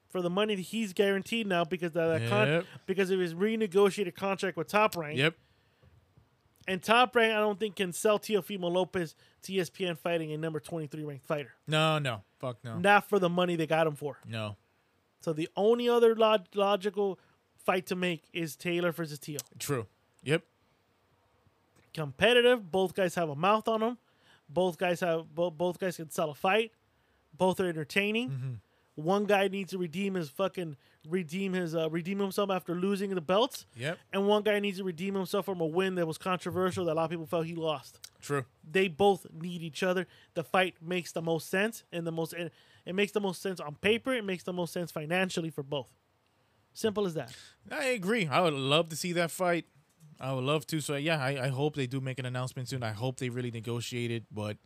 Speaker 4: for the money that he's guaranteed now because of that con-
Speaker 5: Yep.
Speaker 4: because of his renegotiated contract with Top Rank.
Speaker 5: Yep.
Speaker 4: And Top Rank, I don't think can sell Teofimo Lopez to E ESPN fighting a number 23 ranked fighter.
Speaker 5: No, no. Fuck no.
Speaker 4: Not for the money they got him for.
Speaker 5: No.
Speaker 4: So the only other log- logical fight to make is Taylor versus Tio.
Speaker 5: True. Yep.
Speaker 4: Competitive. Both guys have a mouth on them. Both guys have bo- both guys can sell a fight. Both are entertaining.
Speaker 5: Mm-hmm.
Speaker 4: One guy needs to redeem his fucking redeem his uh, redeem himself after losing the belts.
Speaker 5: Yep.
Speaker 4: And one guy needs to redeem himself from a win that was controversial that a lot of people felt he lost.
Speaker 5: True.
Speaker 4: They both need each other. The fight makes the most sense and the most and it makes the most sense on paper. It makes the most sense financially for both. Simple as that.
Speaker 5: I agree. I would love to see that fight. I would love to. So yeah, I, I hope they do make an announcement soon. I hope they really negotiate it. But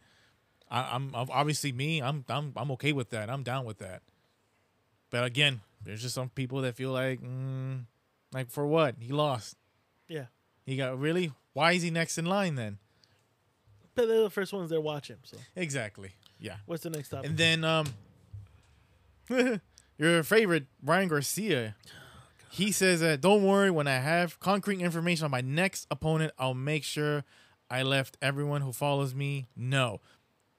Speaker 5: I, I'm I'm- obviously me. I'm I'm I'm okay with that. I'm down with that. But again, there's just some people that feel like, mm, like for what he lost.
Speaker 4: Yeah.
Speaker 5: He got really. Why is he next in line then?
Speaker 4: But they're the first ones that watch him. So
Speaker 5: Exactly. Yeah.
Speaker 4: what's the next topic?
Speaker 5: And then um your favorite Brian Garcia. He says that don't worry when I have concrete information on my next opponent, I'll make sure I left everyone who follows me know.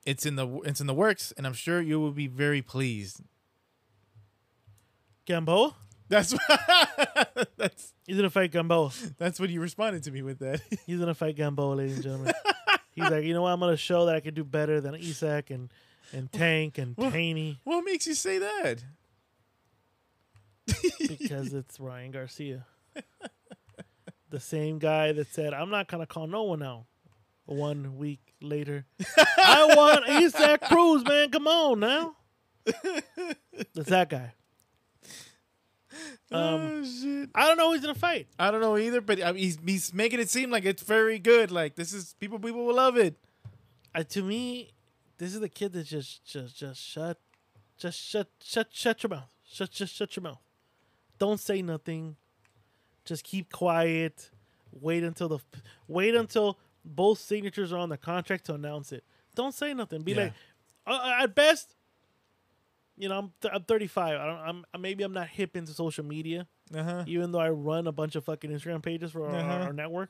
Speaker 5: It's in the it's in the works and I'm sure you will be very pleased.
Speaker 4: Gamboa?
Speaker 5: That's that's
Speaker 4: He's gonna fight Gamboa.
Speaker 5: that's what you responded to me with that.
Speaker 4: He's gonna fight Gamboa, ladies and gentlemen. He's like, you know what? I'm gonna show that I can do better than Isak and and Tank and Taney
Speaker 5: what makes you say that?
Speaker 4: because it's Ryan Garcia, the same guy that said I'm not gonna call no one out. One week later, I want Isak Cruz, man. Come on now. That's that guy.
Speaker 5: oh shit.
Speaker 4: I don't know who he's gonna fight.
Speaker 5: I don't know either, but I mean, he's he's making it seem like it's very good. Like this is people people will love it.
Speaker 4: uh, to me, this is the kid that just just just shut, just shut shut shut your mouth. Shut just shut your mouth. Don't say nothing. Just keep quiet. Wait until the wait until both signatures are on the contract to announce it. Don't say nothing. Be
Speaker 5: Yeah.
Speaker 4: like, uh, at best, you know, I'm th- I'm 35. I don't, I'm I- maybe I'm not hip into social media,
Speaker 5: Uh huh.
Speaker 4: even though I run a bunch of fucking Instagram pages for our, our-
Speaker 5: Uh-huh.
Speaker 4: uh, our network.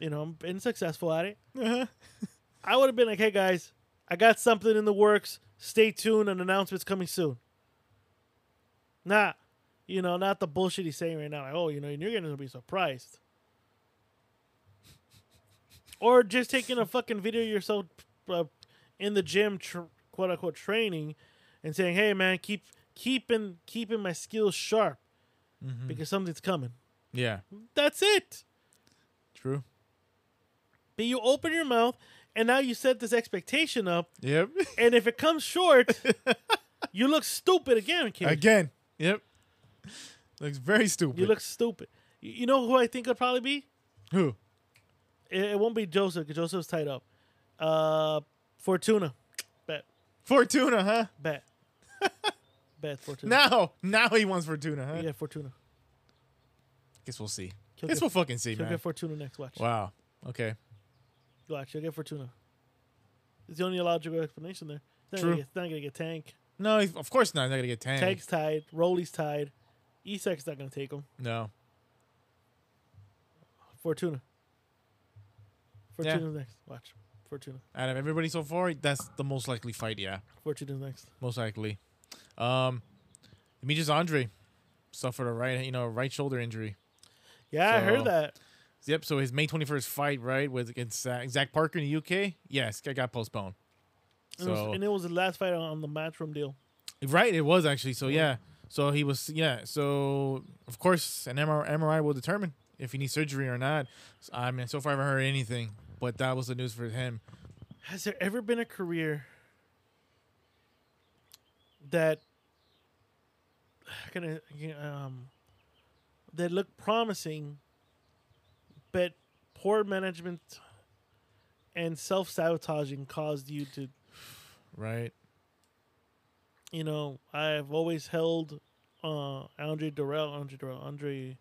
Speaker 4: You know, I'm been successful at it.
Speaker 5: Uh-huh.
Speaker 4: I would have been like, hey guys, I got something in the works. Stay tuned. An announcement's coming soon. Nah, you know, not the bullshit he's saying right now. Like, oh, you know, you're going to be surprised. or just taking a fucking video of yourself uh, in the gym, tr- quote unquote, training and saying, hey man, keep keeping, keeping my skills sharp
Speaker 5: Mm-hmm.
Speaker 4: because something's coming.
Speaker 5: Yeah.
Speaker 4: That's it.
Speaker 5: True.
Speaker 4: But you open your mouth and now you set this expectation up
Speaker 5: Yep.
Speaker 4: And if it comes short, you look stupid again, kid.
Speaker 5: Again. Yep. Looks very stupid.
Speaker 4: You look stupid. You you know who I think would probably be?
Speaker 5: who?
Speaker 4: It, it won't be Joseph because Joseph's tied up. Uh, Fortuna. Bet.
Speaker 5: Fortuna, huh?
Speaker 4: Bet. Bet Fortuna.
Speaker 5: Now, now he wants Fortuna, huh?
Speaker 4: Yeah, Fortuna.
Speaker 5: Guess we'll see.
Speaker 4: He'll
Speaker 5: Guess
Speaker 4: get-
Speaker 5: we'll fucking see,
Speaker 4: You'll
Speaker 5: man.
Speaker 4: get Fortuna next. Watch.
Speaker 5: wow. Okay.
Speaker 4: Watch. You'll get Fortuna. It's the only logical explanation there. It's not
Speaker 5: True.
Speaker 4: Gonna get, it's not going to get Tank.
Speaker 5: No, he's- of course not. He's not gonna get tanked.
Speaker 4: Tank's tied. Rolly's tied. Isak's not going to take him.
Speaker 5: No.
Speaker 4: Fortuna.
Speaker 5: Yeah.
Speaker 4: Fortuna's next. Watch. Fortuna.
Speaker 5: Out of everybody so far, that's the most likely fight. Yeah,
Speaker 4: Fortuna's next.
Speaker 5: most likely. Um, Demetrius Andre suffered a right, you know, right shoulder injury.
Speaker 4: Yeah, I
Speaker 5: So-
Speaker 4: heard that.
Speaker 5: Yep. So his May twenty first fight, right, was against Zach Zach Parker in the UK. Yes, it got postponed.
Speaker 4: And, it
Speaker 5: So-
Speaker 4: was, and it was the last fight on, on the Matchroom deal.
Speaker 5: Right, it was actually. So yeah, so he was yeah. So of course, an MRI, MRI will determine if he needs surgery or not. So, I mean, so far I haven't heard anything, but that was the news for him.
Speaker 4: Has there ever been a career that gonna um that looked promising, but poor management and self sabotaging caused you to
Speaker 5: Right.
Speaker 4: you know I've always held uh Andre Durrell Andre Durrell Andre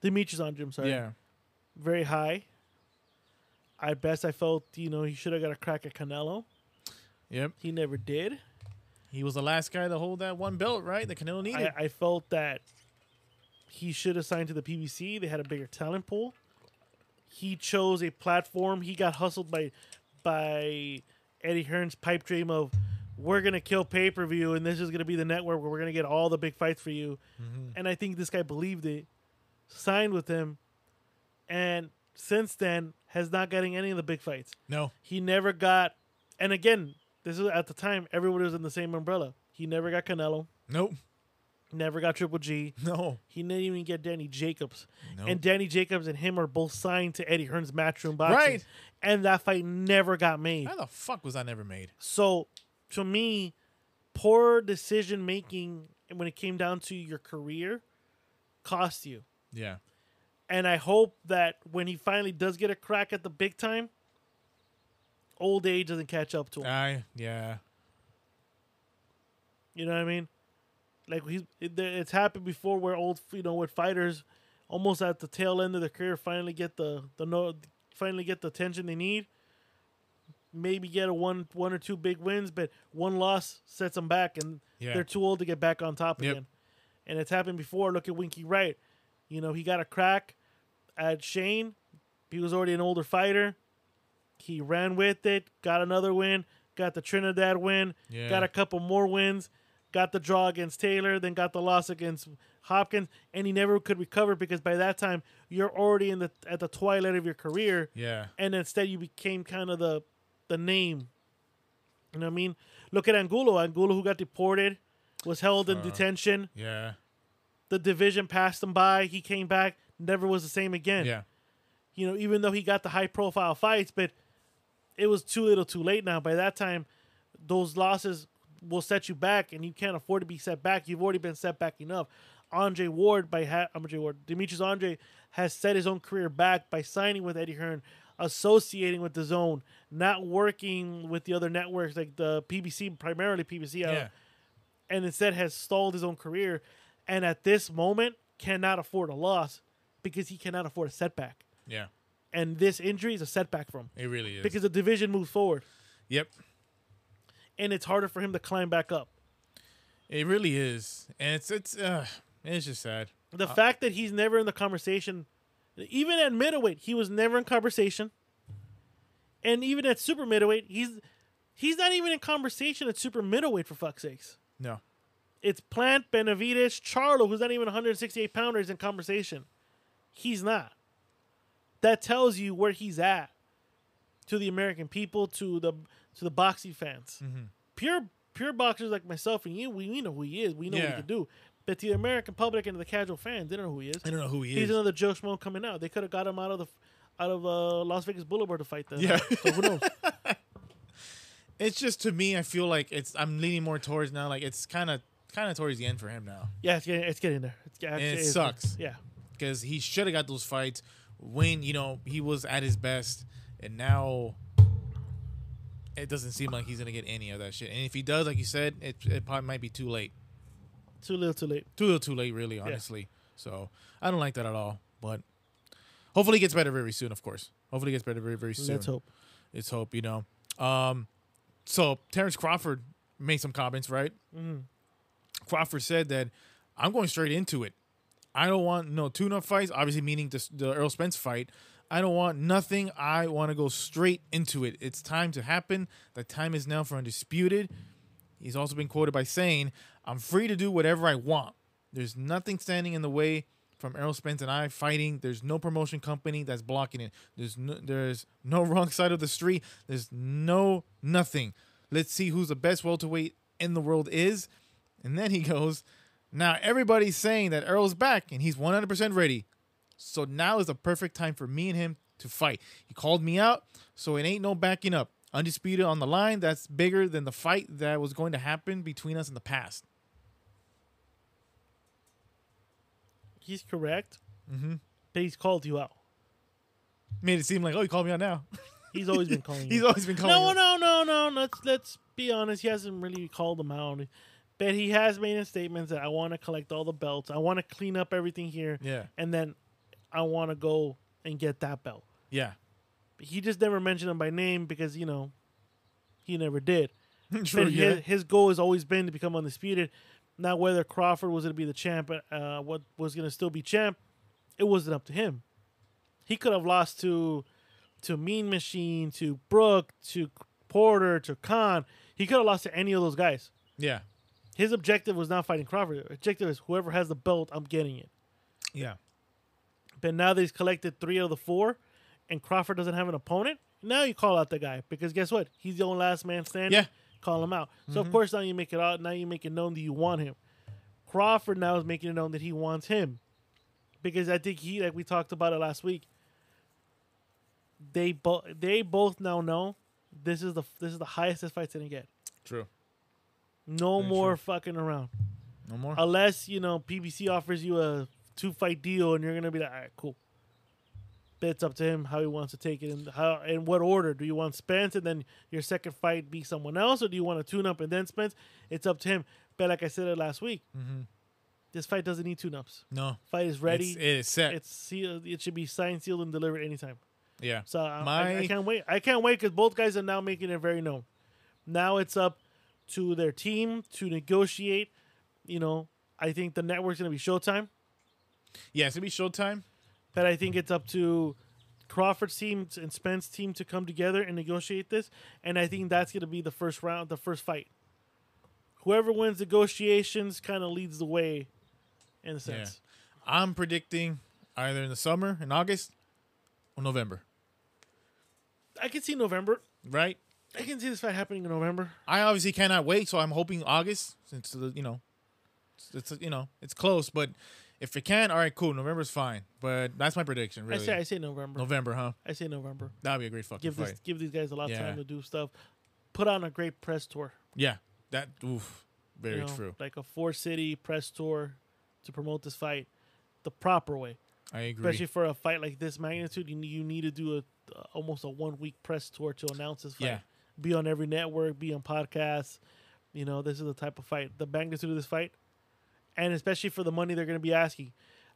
Speaker 4: Demetrius Andre I'm sorry
Speaker 5: Yeah.
Speaker 4: very high. I best I felt you know he should have got a crack at Canelo.
Speaker 5: Yep.
Speaker 4: He never did.
Speaker 5: He was the last guy to hold that one belt, right? That Canelo needed.
Speaker 4: I, I felt that he should have signed to the PBC. They had a bigger talent pool. He chose a platform. He got hustled by by Eddie Hearn's pipe dream of we're gonna kill pay per view and this is gonna be the network where we're gonna get all the big fights for you. And I think this guy believed it, signed with him, and since then has not getting any of the big fights.
Speaker 5: no.
Speaker 4: He never got, and again, this is at the time everyone was in the same umbrella. He never got Canelo,
Speaker 5: Nope.
Speaker 4: never got Triple G.
Speaker 5: No.
Speaker 4: He didn't even get Danny Jacobs.
Speaker 5: Nope.
Speaker 4: And Danny Jacobs and him are both signed to Eddie Hearn's Matchroom Boxing.
Speaker 5: Right.
Speaker 4: And that fight never got made.
Speaker 5: How the fuck was I never made?
Speaker 4: So to me, poor decision making when it came down to your career cost you.
Speaker 5: Yeah.
Speaker 4: And I hope that when he finally does get a crack at the big time, old age doesn't catch up to him.
Speaker 5: I yeah.
Speaker 4: You know what I mean? Like he's it, there- it's happened before where old you know with fighters, almost at the tail end of their career, finally get the the no finally get the attention they need. Maybe get a one one or two big wins, but one loss sets them back, and
Speaker 5: Yeah.
Speaker 4: they're too old to get back on top
Speaker 5: Yep.
Speaker 4: again. And it's happened before. Look at Winky Wright. You know he got a crack at Shane. He was already an older fighter. He ran with it, got another win, got the Trinidad win,
Speaker 5: Yeah.
Speaker 4: got a couple more wins, got the draw against Taylor, then got the loss against Hopkins, and he never could recover because by that time you're already in the at the twilight of your career,
Speaker 5: Yeah.
Speaker 4: and instead you became kind of the the name. You know what I mean? Look at Angulo. Angulo, who got deported, was held in detention.
Speaker 5: Yeah.
Speaker 4: The division passed him by. He came back, never was the same again
Speaker 5: Yeah.
Speaker 4: you know, even though he got the high profile fights, but it was too little too late now. By that time, those losses will set you back, and you can't afford to be set back. You've already been set back enough. Andre Ward by ha- Andre Ward, Demetrius Andre has set his own career back by signing with Eddie Hearn, associating with the Zone, not working with the other networks like the PBC, primarily PBC, I don't-
Speaker 5: Yeah.
Speaker 4: uh, and instead has stalled his own career, and at this moment cannot afford a loss because he cannot afford a setback
Speaker 5: Yeah.
Speaker 4: and this injury is a setback for him
Speaker 5: It really is.
Speaker 4: because the division moves forward
Speaker 5: yep.
Speaker 4: and it's harder for him to climb back up.
Speaker 5: It really is. And it's it's uh it's just sad.
Speaker 4: The fact that he's never in the conversation, even at middleweight, he was never in conversation, and even at super middleweight, he's he's not even in conversation at super middleweight for fuck's sakes.
Speaker 5: No.
Speaker 4: It's Plant, Benavides, Charlo, who's not even 168 pounders in conversation. He's not. That tells you where he's at to the American people, to the to the boxing fans.
Speaker 5: Mm-hmm.
Speaker 4: Pure pure boxers like myself and you, we, we know who he is. We know what
Speaker 5: Yeah.
Speaker 4: he can do. But to the American public and to the casual fans, they don't know who he is.
Speaker 5: I don't know who he
Speaker 4: He's
Speaker 5: is.
Speaker 4: another Joe Schmo coming out. They could have got him out of the out of uh, Las Vegas Boulevard to fight them.
Speaker 5: Yeah.
Speaker 4: So who knows?
Speaker 5: it's just to me I feel like it's I'm leaning more towards now like it's kind of kind of towards the end for him now.
Speaker 4: yeah, it's getting it's getting there. It's, it's,
Speaker 5: it sucks.
Speaker 4: Yeah.
Speaker 5: because he should have got those fights when you know he was at his best, and now it doesn't seem like he's gonna get any of that shit. And if he does, like you said, it it probably might be too late,
Speaker 4: Too little too late.
Speaker 5: too little, too late, really, honestly. So I don't like that at all. But hopefully, it gets better very soon. Of course, hopefully, it gets better very very soon.
Speaker 4: Let's hope.
Speaker 5: It's hope, you know. Um, so Terrence Crawford made some comments, right? Crawford said that I'm going straight into it. I don't want no tune-up fights. Obviously, meaning the, the Earl Spence fight. I don't want nothing. I want to go straight into it. It's time to happen. The time is now for undisputed. He's also been quoted by saying, "I'm free to do whatever I want. There's nothing standing in the way from Errol Spence and I fighting. There's no promotion company that's blocking it. There's no, there's no wrong side of the street. There's no nothing. Let's see who's the best welterweight in the world is." And then he goes, "Now everybody's saying that Errol's back and he's 100% ready. So now is the perfect time for me and him to fight. He called me out, so it ain't no backing up. Undisputed on the line, that's bigger than the fight that was going to happen between us in the past.
Speaker 4: He's correct.
Speaker 5: Mm-hmm.
Speaker 4: But he's called you out.
Speaker 5: Made it seem like, oh, he called me out now.
Speaker 4: He's always been calling.
Speaker 5: He's
Speaker 4: you.
Speaker 5: always been calling
Speaker 4: no,
Speaker 5: out.
Speaker 4: no, no, no. Let's let's be honest. He hasn't really called them out, but he has made in statements that I want to collect all the belts. I want to clean up everything here.
Speaker 5: Yeah.
Speaker 4: and then I want to go and get that belt.
Speaker 5: Yeah.
Speaker 4: But he just never mentioned him by name because you know he never did.
Speaker 5: True,
Speaker 4: But
Speaker 5: yeah.
Speaker 4: his, his goal has always been to become undisputed. Not whether Crawford was going to be the champ, uh, what was going to still be champ, it wasn't up to him. He could have lost to to Mean Machine, to Brooke, to Porter, to Khan. He could have lost to any of those guys.
Speaker 5: Yeah.
Speaker 4: His objective was not fighting Crawford. His objective is whoever has the belt, I'm getting it.
Speaker 5: Yeah.
Speaker 4: But now that he's collected three out of the four, and Crawford doesn't have an opponent, now you call out the guy because guess what? He's the only last man standing.
Speaker 5: Yeah. Mm-hmm.
Speaker 4: call him out. So of course now you make it out. Now you make it known that you want him. Crawford now is making it known that he wants him, because I think he, like we talked about it last week, they both they both now know this is the this is the highest this fight's gonna get.
Speaker 5: True.
Speaker 4: No
Speaker 5: Very
Speaker 4: more fucking around
Speaker 5: No more.
Speaker 4: unless you know PBC offers you a two fight deal and you're gonna be like, all right, cool. But it's up to him how he wants to take it and how in what order. Do you want Spence and then your second fight be someone else, or do you want to tune up and then Spence? It's up to him. But like I said it last week, this fight doesn't need tune ups.
Speaker 5: no.
Speaker 4: Fight is ready.
Speaker 5: It's, it's set.
Speaker 4: It's sealed. It should be signed, sealed, and delivered anytime.
Speaker 5: yeah.
Speaker 4: So I, I-
Speaker 5: My-
Speaker 4: I, can't wait. I can't wait because both guys are now making it very known. Now it's up to their team to negotiate. You know, I think the network's going to be Showtime,
Speaker 5: yeah, it's gonna be showtime.
Speaker 4: but I think it's up to Crawford's team and Spence's team to come together and negotiate this. And I think that's going to be the first round, the first fight. Whoever wins negotiations kind of leads the way, in a sense.
Speaker 5: I'm predicting either in the summer, in August, or November.
Speaker 4: I can see November.
Speaker 5: Right?
Speaker 4: I can see this fight happening in November.
Speaker 5: I obviously cannot wait, so I'm hoping August since the you know, it's, it's you know it's close, but if it can, all right, cool. November's fine, but that's my prediction. Really,
Speaker 4: I say I say November.
Speaker 5: November, huh?
Speaker 4: I say November.
Speaker 5: That'd be a great fucking
Speaker 4: give
Speaker 5: fight.
Speaker 4: this, give these guys a lot of
Speaker 5: Yeah.
Speaker 4: time to do stuff. Put on a great press tour.
Speaker 5: yeah, that oof,
Speaker 4: you
Speaker 5: very
Speaker 4: know,
Speaker 5: true.
Speaker 4: Like a four city press tour to promote this fight the proper way.
Speaker 5: I agree.
Speaker 4: Especially for a fight like this magnitude, you need, you need to do a almost a one week press tour to announce this fight.
Speaker 5: Yeah.
Speaker 4: Be on every network, be on podcasts. You know, this is the type of fight, the magnitude of this fight, and especially for the money they're going to be asking.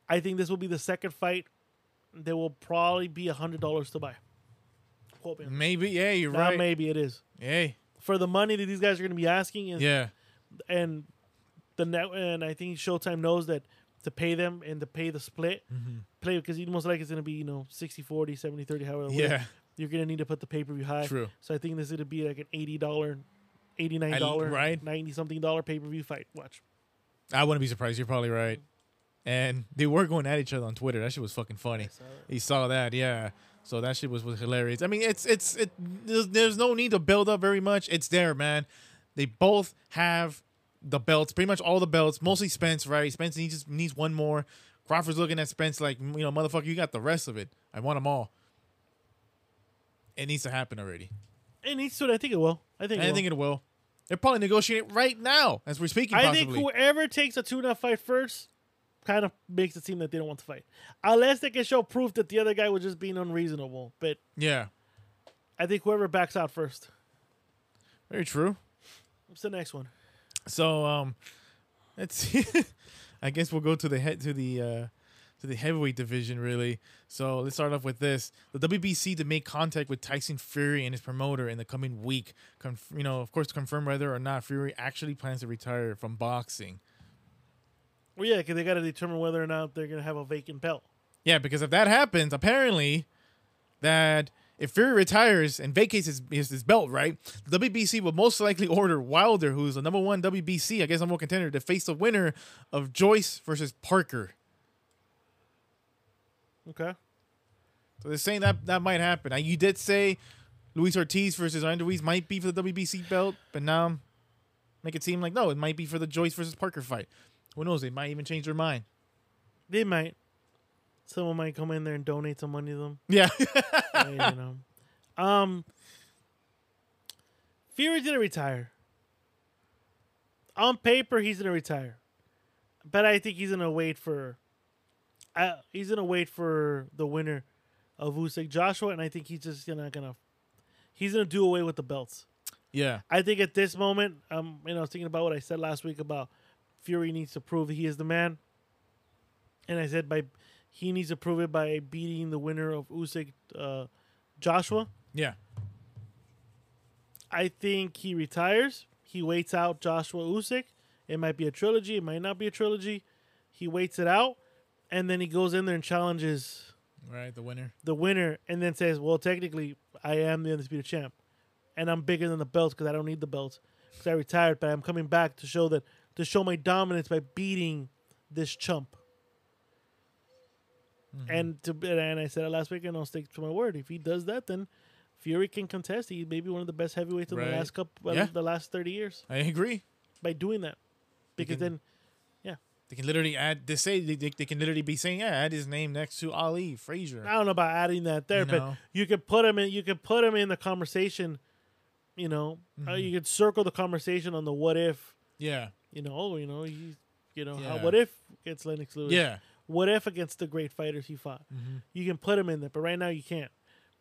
Speaker 4: I think this will be the second fight. There will probably be a hundred dollars to buy. Quote me on
Speaker 5: maybe, yeah, you're
Speaker 4: that. Nah,
Speaker 5: right.
Speaker 4: Maybe it is.
Speaker 5: Hey,
Speaker 4: for the money that these guys are going to be asking, and,
Speaker 5: yeah,
Speaker 4: and the net, and I think Showtime knows that to pay them and to pay the split,
Speaker 5: Mm-hmm.
Speaker 4: play because you most likely it's going to be you know 60, 40, 70, 30, however. it
Speaker 5: Yeah.
Speaker 4: works. you're going to need to put the pay per view high.
Speaker 5: True.
Speaker 4: So I think this is going to be like an eighty dollar, eighty nine dollar,
Speaker 5: I- right.
Speaker 4: ninety something dollar pay per view fight. Watch.
Speaker 5: I wouldn't be surprised. You're probably right. And they were going at each other on Twitter. That shit was fucking funny.
Speaker 4: saw
Speaker 5: He saw that, yeah. So that shit was, was hilarious. I mean, it's it's it. There's, there's no need to build up very much. It's there, man. They both have the belts, pretty much all the belts. Mostly Spence, right? Spence needs needs one more. Crawford's looking at Spence like, you know, motherfucker, you got the rest of it. I want them all. It needs to happen already.
Speaker 4: And he said, I think it will. I think.
Speaker 5: And I
Speaker 4: will.
Speaker 5: think it will. They're probably negotiating right now as we're speaking.
Speaker 4: I
Speaker 5: Possibly.
Speaker 4: think whoever takes a tune-up fight first kind of makes it seem that they don't want to fight, unless they can show proof that the other guy was just being unreasonable. But
Speaker 5: yeah,
Speaker 4: I think whoever backs out first.
Speaker 5: very true.
Speaker 4: What's the next one?
Speaker 5: So um, let's see. I guess we'll go to the head to the uh, to the heavyweight division really. So let's start off with this: the WBC to make contact with Tyson Fury and his promoter in the coming week. Conf- you know, of course, confirm whether or not Fury actually plans to retire from boxing.
Speaker 4: Well, yeah, because they got to determine whether or not they're gonna have a vacant belt.
Speaker 5: Yeah, because if that happens, apparently, that if Fury retires and vacates his, his, his belt, right, WBC will most likely order Wilder, who's the number one WBC, I guess number one contender, to face the winner of Joyce versus Parker.
Speaker 4: Okay.
Speaker 5: So they're saying that that might happen. Now, you did say Luis Ortiz versus Andre Ruiz might be for the WBC belt, but now make it seem like no, it might be for the Joyce versus Parker fight. Who knows? They might even change their mind.
Speaker 4: They might. Someone might come in there and donate some money to them.
Speaker 5: Yeah,
Speaker 4: Uh, you know. Um. Fury's gonna retire. On paper, he's gonna retire, but I think he's gonna wait for. Uh, he's gonna wait for the winner of Usyk Joshua, and I think he's just gonna gonna. He's gonna do away with the belts.
Speaker 5: yeah,
Speaker 4: I think at this moment, um, you know, I was thinking about what I said last week about Fury needs to prove he is the man, and I said by he needs to prove it by beating the winner of Usyk uh, Joshua,
Speaker 5: Yeah.
Speaker 4: I think he retires. He waits out Joshua Usyk. It might be a trilogy. It might not be a trilogy. He waits it out, and then he goes in there and challenges
Speaker 5: Right. The winner.
Speaker 4: the winner, and then says, "Well, technically, I am the undisputed champ, and I'm bigger than the belts because I don't need the belts because I retired, but I'm coming back to show that to show my dominance by beating this chump."
Speaker 5: Mm-hmm.
Speaker 4: And to and I said it last week, and I'll stick to my word. If he does that, then Fury can contest. He may be one of the best heavyweights in
Speaker 5: Right.
Speaker 4: the last couple,
Speaker 5: Yeah.
Speaker 4: the last thirty years
Speaker 5: I agree.
Speaker 4: by doing that, because
Speaker 5: can-
Speaker 4: then
Speaker 5: They can literally add. They say they, they, they can literally be saying, "Yeah, add his name next to Ali Frazier."
Speaker 4: I don't know about adding that there, but
Speaker 5: No.
Speaker 4: you could put him in. You could put him in the conversation. You know, Uh,
Speaker 5: Mm-hmm.
Speaker 4: you could circle the conversation on the what if.
Speaker 5: Yeah.
Speaker 4: You know, oh, you know, he, you know, how,
Speaker 5: Yeah.
Speaker 4: what if against Lennox Lewis?
Speaker 5: Yeah. Mm-hmm.
Speaker 4: What if against the great fighters he fought? You can put him in there, but right now you can't.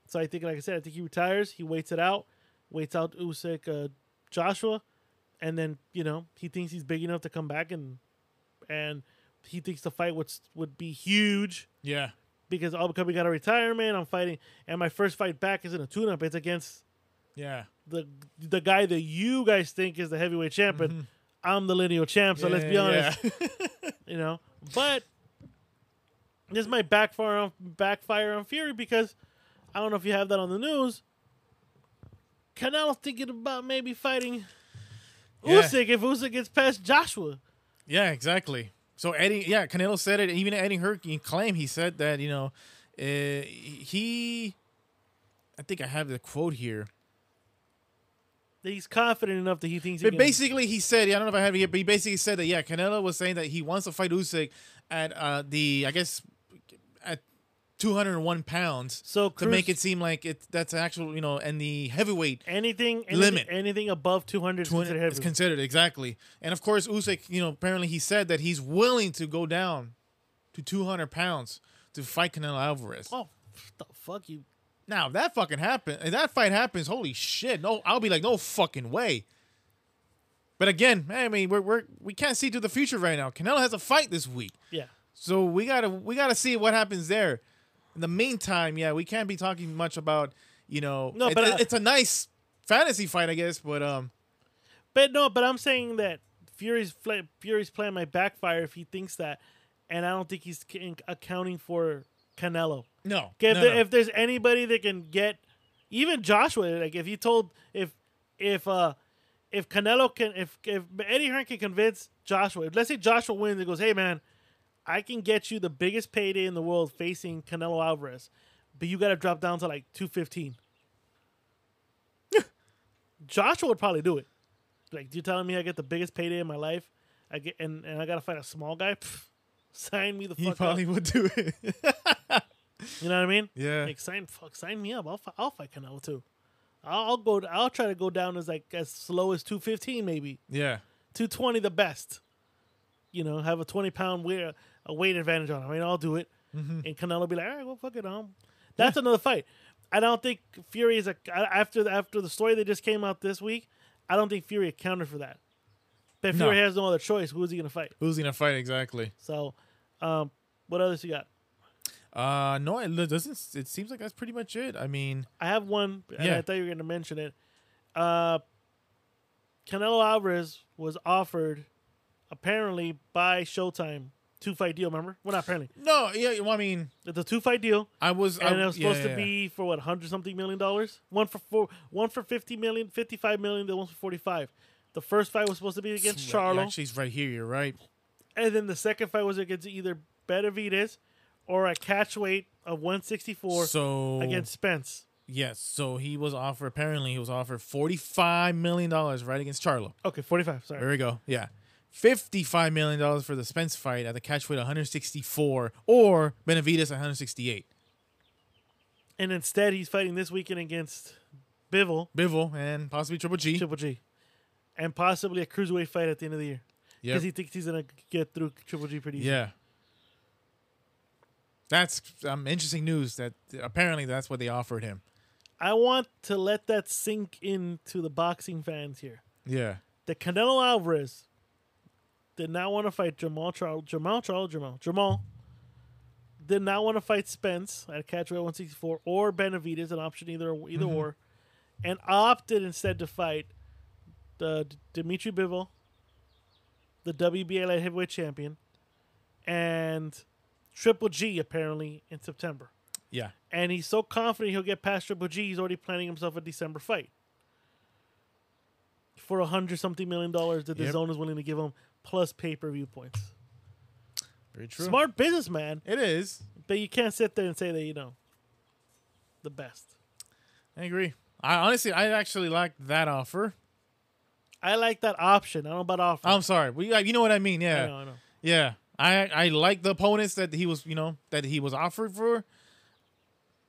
Speaker 4: So I think, like I said, I think he retires. He waits it out, waits out Usyk, uh, Joshua, and then you know he thinks he's big enough to come back and and he thinks the fight would would be huge
Speaker 5: Yeah.
Speaker 4: because all because we got a retirement. I'm fighting, and my first fight back isn't a tune-up. It's against
Speaker 5: Yeah.
Speaker 4: the the guy that you guys think is the heavyweight champion. I'm the lineal champ, so let's be
Speaker 5: Mm-hmm. Yeah,
Speaker 4: honest,
Speaker 5: yeah.
Speaker 4: you know. But this might backfire on backfire on Fury because I don't know if you have that on the news. Canelo's thinking about maybe fighting
Speaker 5: Yeah.
Speaker 4: Usyk if Usyk gets past Joshua.
Speaker 5: Yeah, exactly. So Eddie, yeah, Canelo said it. Even Eddie Hurricane claimed he said that. You know, uh, he. I think I have the quote here.
Speaker 4: That he's confident enough that he thinks. He can,
Speaker 5: But basically, he said, yeah, I don't know if I have it here, but he basically said that, yeah, Canelo was saying that he wants to fight Usyk at uh, the, I guess, at 201 pounds
Speaker 4: So
Speaker 5: to make
Speaker 4: Cruz-
Speaker 5: it seem like it that's an actual, you know, and the heavyweight
Speaker 4: anything, anything
Speaker 5: Limit.
Speaker 4: anything above 200 is considered
Speaker 5: it's
Speaker 4: heavyweight.
Speaker 5: considered exactly. And of course, Usyk, you know, apparently he said that he's willing to go down to 200 pounds to fight Canelo Alvarez.
Speaker 4: Oh, the fuck you!
Speaker 5: Now, if that fucking happen, if that fight happens, holy shit! No, I'll be like, no fucking way. But again, I mean, we're, we're we can't see to the future right now. Canelo has a fight this week,
Speaker 4: Yeah,
Speaker 5: so we gotta we gotta see what happens there. In the meantime, yeah, we can't be talking much about you know.
Speaker 4: No,
Speaker 5: it-
Speaker 4: but,
Speaker 5: it-
Speaker 4: uh,
Speaker 5: it's a nice fantasy fight, I guess. But um,
Speaker 4: but no, but I'm saying that Fury's fl- Fury's plan might backfire if he thinks that, and I don't think he's c- accounting for Canelo.
Speaker 5: no,
Speaker 4: Okay, if,
Speaker 5: no,
Speaker 4: there,
Speaker 5: no.
Speaker 4: if there's anybody that can get, even Joshua, like if you told if if uh if Canelo can if if Eddie Hearn can convince Joshua, if, let's say Joshua wins and goes, hey man, I can get you the biggest payday in the world facing Canelo Alvarez, but you got to drop down to like two fifteen. Joshua would probably do it. Like, you telling me I get the biggest payday in my life? I get and, and I gotta fight a small guy. Pfft, sign me the fuck
Speaker 5: he
Speaker 4: up.
Speaker 5: probably would do it.
Speaker 4: You know what I mean?
Speaker 5: Yeah.
Speaker 4: Like sign, fuck, sign me up. I'll, fi- I'll fight Canelo too. I'll, I'll go. I'll try to go down as like as slow as two fifteen, maybe
Speaker 5: yeah,
Speaker 4: two twenty, the best. You know, have a twenty pound weight a weight advantage on him. I mean, I'll do it.
Speaker 5: Mm-hmm.
Speaker 4: And Canelo be like, all right, well, fuck it, um, that's another fight. I don't think Fury is a I- after the, after the story that just came out this week. I don't think Fury accounted for that. But
Speaker 5: No.
Speaker 4: Fury has no other choice. Who is he going to fight?
Speaker 5: who's gonna fight exactly?
Speaker 4: So, um, what others you got?
Speaker 5: Uh, no, it doesn't. It seems like that's pretty much it. I mean,
Speaker 4: I have one. And I
Speaker 5: Yeah.
Speaker 4: thought you were going to mention it. Uh, Canelo Alvarez was offered, apparently by Showtime, two fight deal. Remember? Well, not apparently.
Speaker 5: no, yeah. Well, I mean,
Speaker 4: It's a two fight deal,
Speaker 5: I was, I,
Speaker 4: and it was
Speaker 5: Uh, yeah,
Speaker 4: supposed
Speaker 5: yeah,
Speaker 4: to
Speaker 5: yeah.
Speaker 4: be for what hundred something million dollars. One for four, one for fifty million, fifty five million. The one for forty five. The first fight was supposed to be against
Speaker 5: Right,
Speaker 4: Charlo,
Speaker 5: Actually, he's right here. You're right.
Speaker 4: and then the second fight was against either Benavides or a catch weight of one sixty four
Speaker 5: so
Speaker 4: against Spence.
Speaker 5: yes, so he was offered. Apparently, he was offered forty five million dollars right against Charlo.
Speaker 4: Okay, forty five. Sorry.
Speaker 5: There we go. Yeah, fifty five million dollars for the Spence fight at the catchweight one hundred sixty four or Benavides one hundred sixty eight.
Speaker 4: And instead, he's fighting this weekend against Bivol,
Speaker 5: Bivol and possibly Triple G.
Speaker 4: Triple G, and possibly a cruiserweight fight at the end of the year
Speaker 5: Yep.
Speaker 4: because he thinks he's gonna get through Triple G pretty easy.
Speaker 5: Yeah. That's um, interesting news. That apparently that's what they offered him.
Speaker 4: I want to let that sink into the boxing fans here.
Speaker 5: Yeah.
Speaker 4: That Canelo Alvarez did not want to fight Jamal Charles, Jamal Charles, Jamal, Jamal did not want to fight Spence at Catchweight 164 or Benavides, an option either either or, and opted instead to fight the D- Dimitri Bivol, the WBA light heavyweight champion, and Triple G apparently in September.
Speaker 5: Yeah.
Speaker 4: And he's so confident he'll get past Triple G, he's already planning himself a December fight for a hundred something million dollars that the
Speaker 5: Yep.
Speaker 4: zone is willing to give him plus pay per view points.
Speaker 5: Very true.
Speaker 4: Smart businessman,
Speaker 5: It is.
Speaker 4: but you can't sit there and say that you know the best.
Speaker 5: I agree. I honestly, I actually like that offer.
Speaker 4: I like that option. I don't know about offer.
Speaker 5: I'm sorry. We, uh, you know what I mean? Yeah.
Speaker 4: I know, I know.
Speaker 5: Yeah, I I like the opponents that he was, you know, that he was offered for.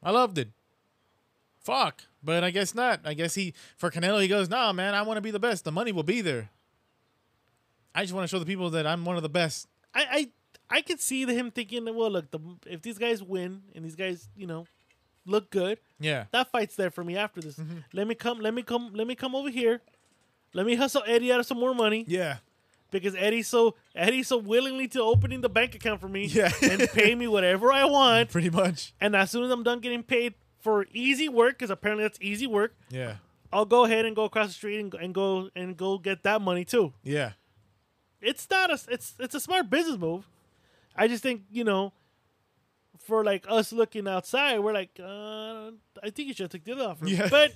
Speaker 5: I loved it. Fuck, but I guess not. I guess he for Canelo he goes, nah, man, I want to be the best. The money will be there. I just want to show the people that I'm one of the best.
Speaker 4: I I I could see him thinking, that, well, look, the, if these guys win and these guys, you know, look good,
Speaker 5: Yeah,
Speaker 4: that fight's there for me after this.
Speaker 5: Mm-hmm.
Speaker 4: Let me come, let me come, let me come over here. Let me hustle Eddie out of some more money
Speaker 5: yeah,
Speaker 4: because Eddie's so Eddie's so willingly to opening the bank account for me
Speaker 5: Yeah.
Speaker 4: and pay me whatever I want.
Speaker 5: pretty much.
Speaker 4: And as soon as I'm done getting paid for easy work, because apparently that's easy work,
Speaker 5: Yeah,
Speaker 4: I'll go ahead and go across the street and, and go and go get that money too.
Speaker 5: yeah,
Speaker 4: It's not a it's it's a smart business move. I just think you know, for like us looking outside, we're like, uh, I think you should take the other offer.
Speaker 5: Yeah.
Speaker 4: But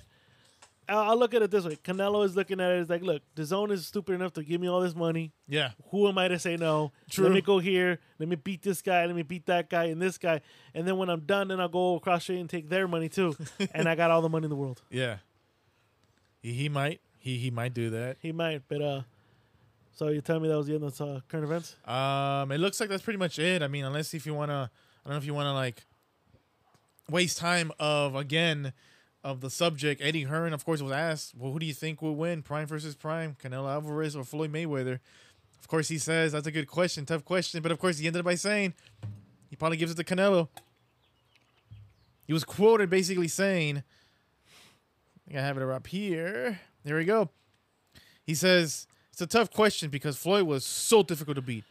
Speaker 4: I'll, I'll look at it this way: Canelo is looking at it as like, look, the zone is stupid enough to give me all this money.
Speaker 5: yeah,
Speaker 4: Who am I to say no?
Speaker 5: True.
Speaker 4: Let me go here. Let me beat this guy. Let me beat that guy and this guy. And then when I'm done, then I'll go across the street and take their money too. and I got all the money in the world.
Speaker 5: yeah. He, he might he he might do that.
Speaker 4: He might, but uh. So you tell me that was the end of uh, current events?
Speaker 5: Um, it looks like that's pretty much it. I mean, unless if you wanna, I don't know if you wanna like waste time of again of the subject. Eddie Hearn, of course, was asked, "Well, who do you think will win, Prime versus Prime, Canelo Alvarez or Floyd Mayweather?" Of course, he says that's a good question, tough question, but of course, he ended up by saying he probably gives it to Canelo. He was quoted basically saying, "I think I have it up here. There we go." He says it's a tough question because Floyd was so difficult to beat.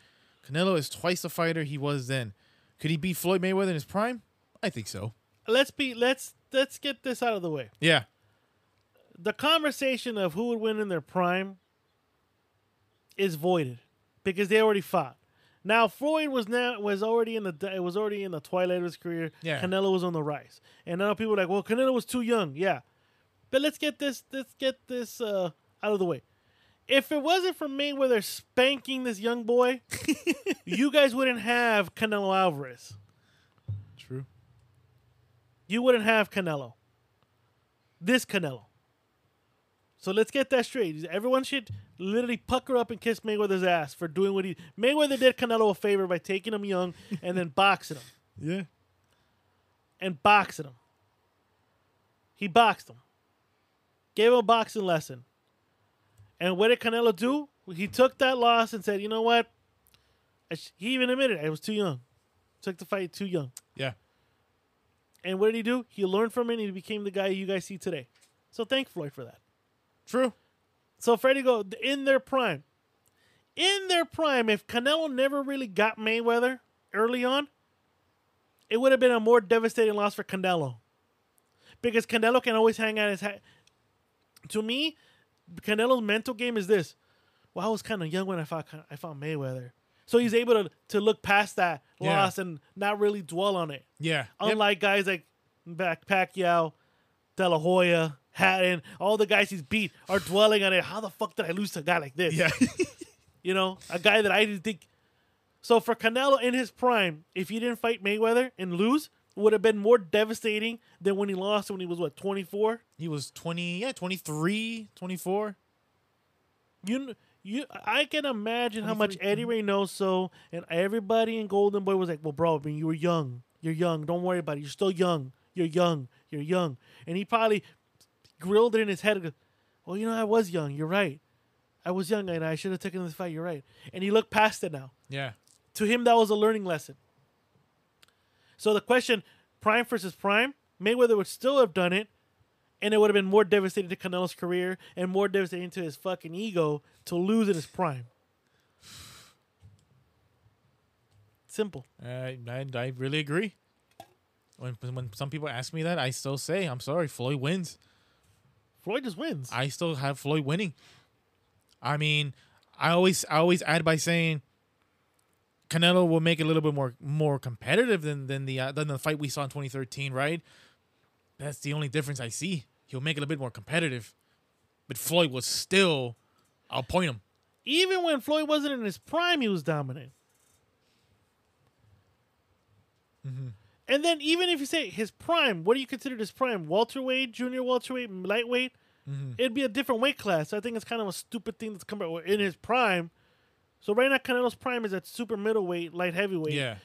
Speaker 5: Canelo is twice the fighter he was then. Could he beat Floyd Mayweather in his prime? I think so.
Speaker 4: Let's be let's let's get this out of the way.
Speaker 5: Yeah.
Speaker 4: The conversation of who would win in their prime is voided because they already fought. Now Floyd was now was already in the it was already in the twilight of his career.
Speaker 5: Yeah.
Speaker 4: Canelo was on the rise, and now people are like, well, Canelo was too young. Yeah, but let's get this let's get this uh, out of the way. If it wasn't for Mayweather spanking this young boy, you guys wouldn't have Canelo Alvarez.
Speaker 5: True.
Speaker 4: you wouldn't have Canelo. This Canelo. So let's get that straight. Everyone should literally pucker up and kiss Mayweather's ass for doing what he Mayweather did Canelo a favor by taking him young and then boxing him.
Speaker 5: Yeah.
Speaker 4: And boxing him. He boxed him. Gave him a boxing lesson. And what did Canelo do? He took that loss and said, "You know what? I sh- he even admitted I was too young. Took the fight too young."
Speaker 5: Yeah.
Speaker 4: And what did he do? He learned from it and he became the guy you guys see today. So thank Floyd for that.
Speaker 5: True.
Speaker 4: So Freddie go in their prime. In their prime, if Canelo never really got Mayweather early on, it would have been a more devastating loss for Canelo. Because Canelo can always hang on his hat. To me, Canelo's mental game is this. Well, I was kind of young when I fought Con- I fought Mayweather. So he's able to, to look past that
Speaker 5: Yeah.
Speaker 4: loss and not really dwell on it.
Speaker 5: Yeah. Yep.
Speaker 4: Unlike guys like back Pacquiao, De La Hoya, Hatton, all the guys he's beat are dwelling on it. How the fuck did I lose to a guy like this?
Speaker 5: Yeah.
Speaker 4: You know, a guy that I didn't think. So for Canelo in his prime, if he didn't fight Mayweather and lose, would have been more devastating than when he lost when he was what 24.
Speaker 5: he was 20, yeah, 23, 24.
Speaker 4: You kn- you I can imagine how much
Speaker 5: 23,
Speaker 4: Eddie Reynoso and everybody in Golden Boy was like, "Well, bro, I mean, you were young. You're young. Don't worry about it. You're still young. You're young. You're young." And he probably grilled it in his head. and goes, Well, you know, I was young. You're right. I was young, and I should have taken this fight. You're right. And he looked past it now.
Speaker 5: Yeah.
Speaker 4: To him, that was a learning lesson. So the question, prime versus prime, Mayweather would still have done it, and it would have been more devastating to Canelo's career and more devastating to his fucking ego to lose in his prime. Simple.
Speaker 5: Uh, I, I, I really agree. When when some people ask me that, I still say I'm sorry. Floyd wins.
Speaker 4: Floyd just wins.
Speaker 5: I still have Floyd winning. I mean, I always I always add by saying Canelo will make it a little bit more more competitive than than the uh, than the fight we saw in 2013, right? That's the only difference I see. He'll make it a bit more competitive, but Floyd was still. I'll point him.
Speaker 4: Even when Floyd wasn't in his prime, he was dominant.
Speaker 5: Mm-hmm.
Speaker 4: And then even if you say his prime, what do you consider his prime? Welterweight, junior welterweight, lightweight?
Speaker 5: Mm-hmm.
Speaker 4: It'd be a different weight class. So I think it's kind of a stupid thing that's come out in his prime. So right now, Canelo's prime is at super middleweight, light heavyweight.
Speaker 5: Yeah,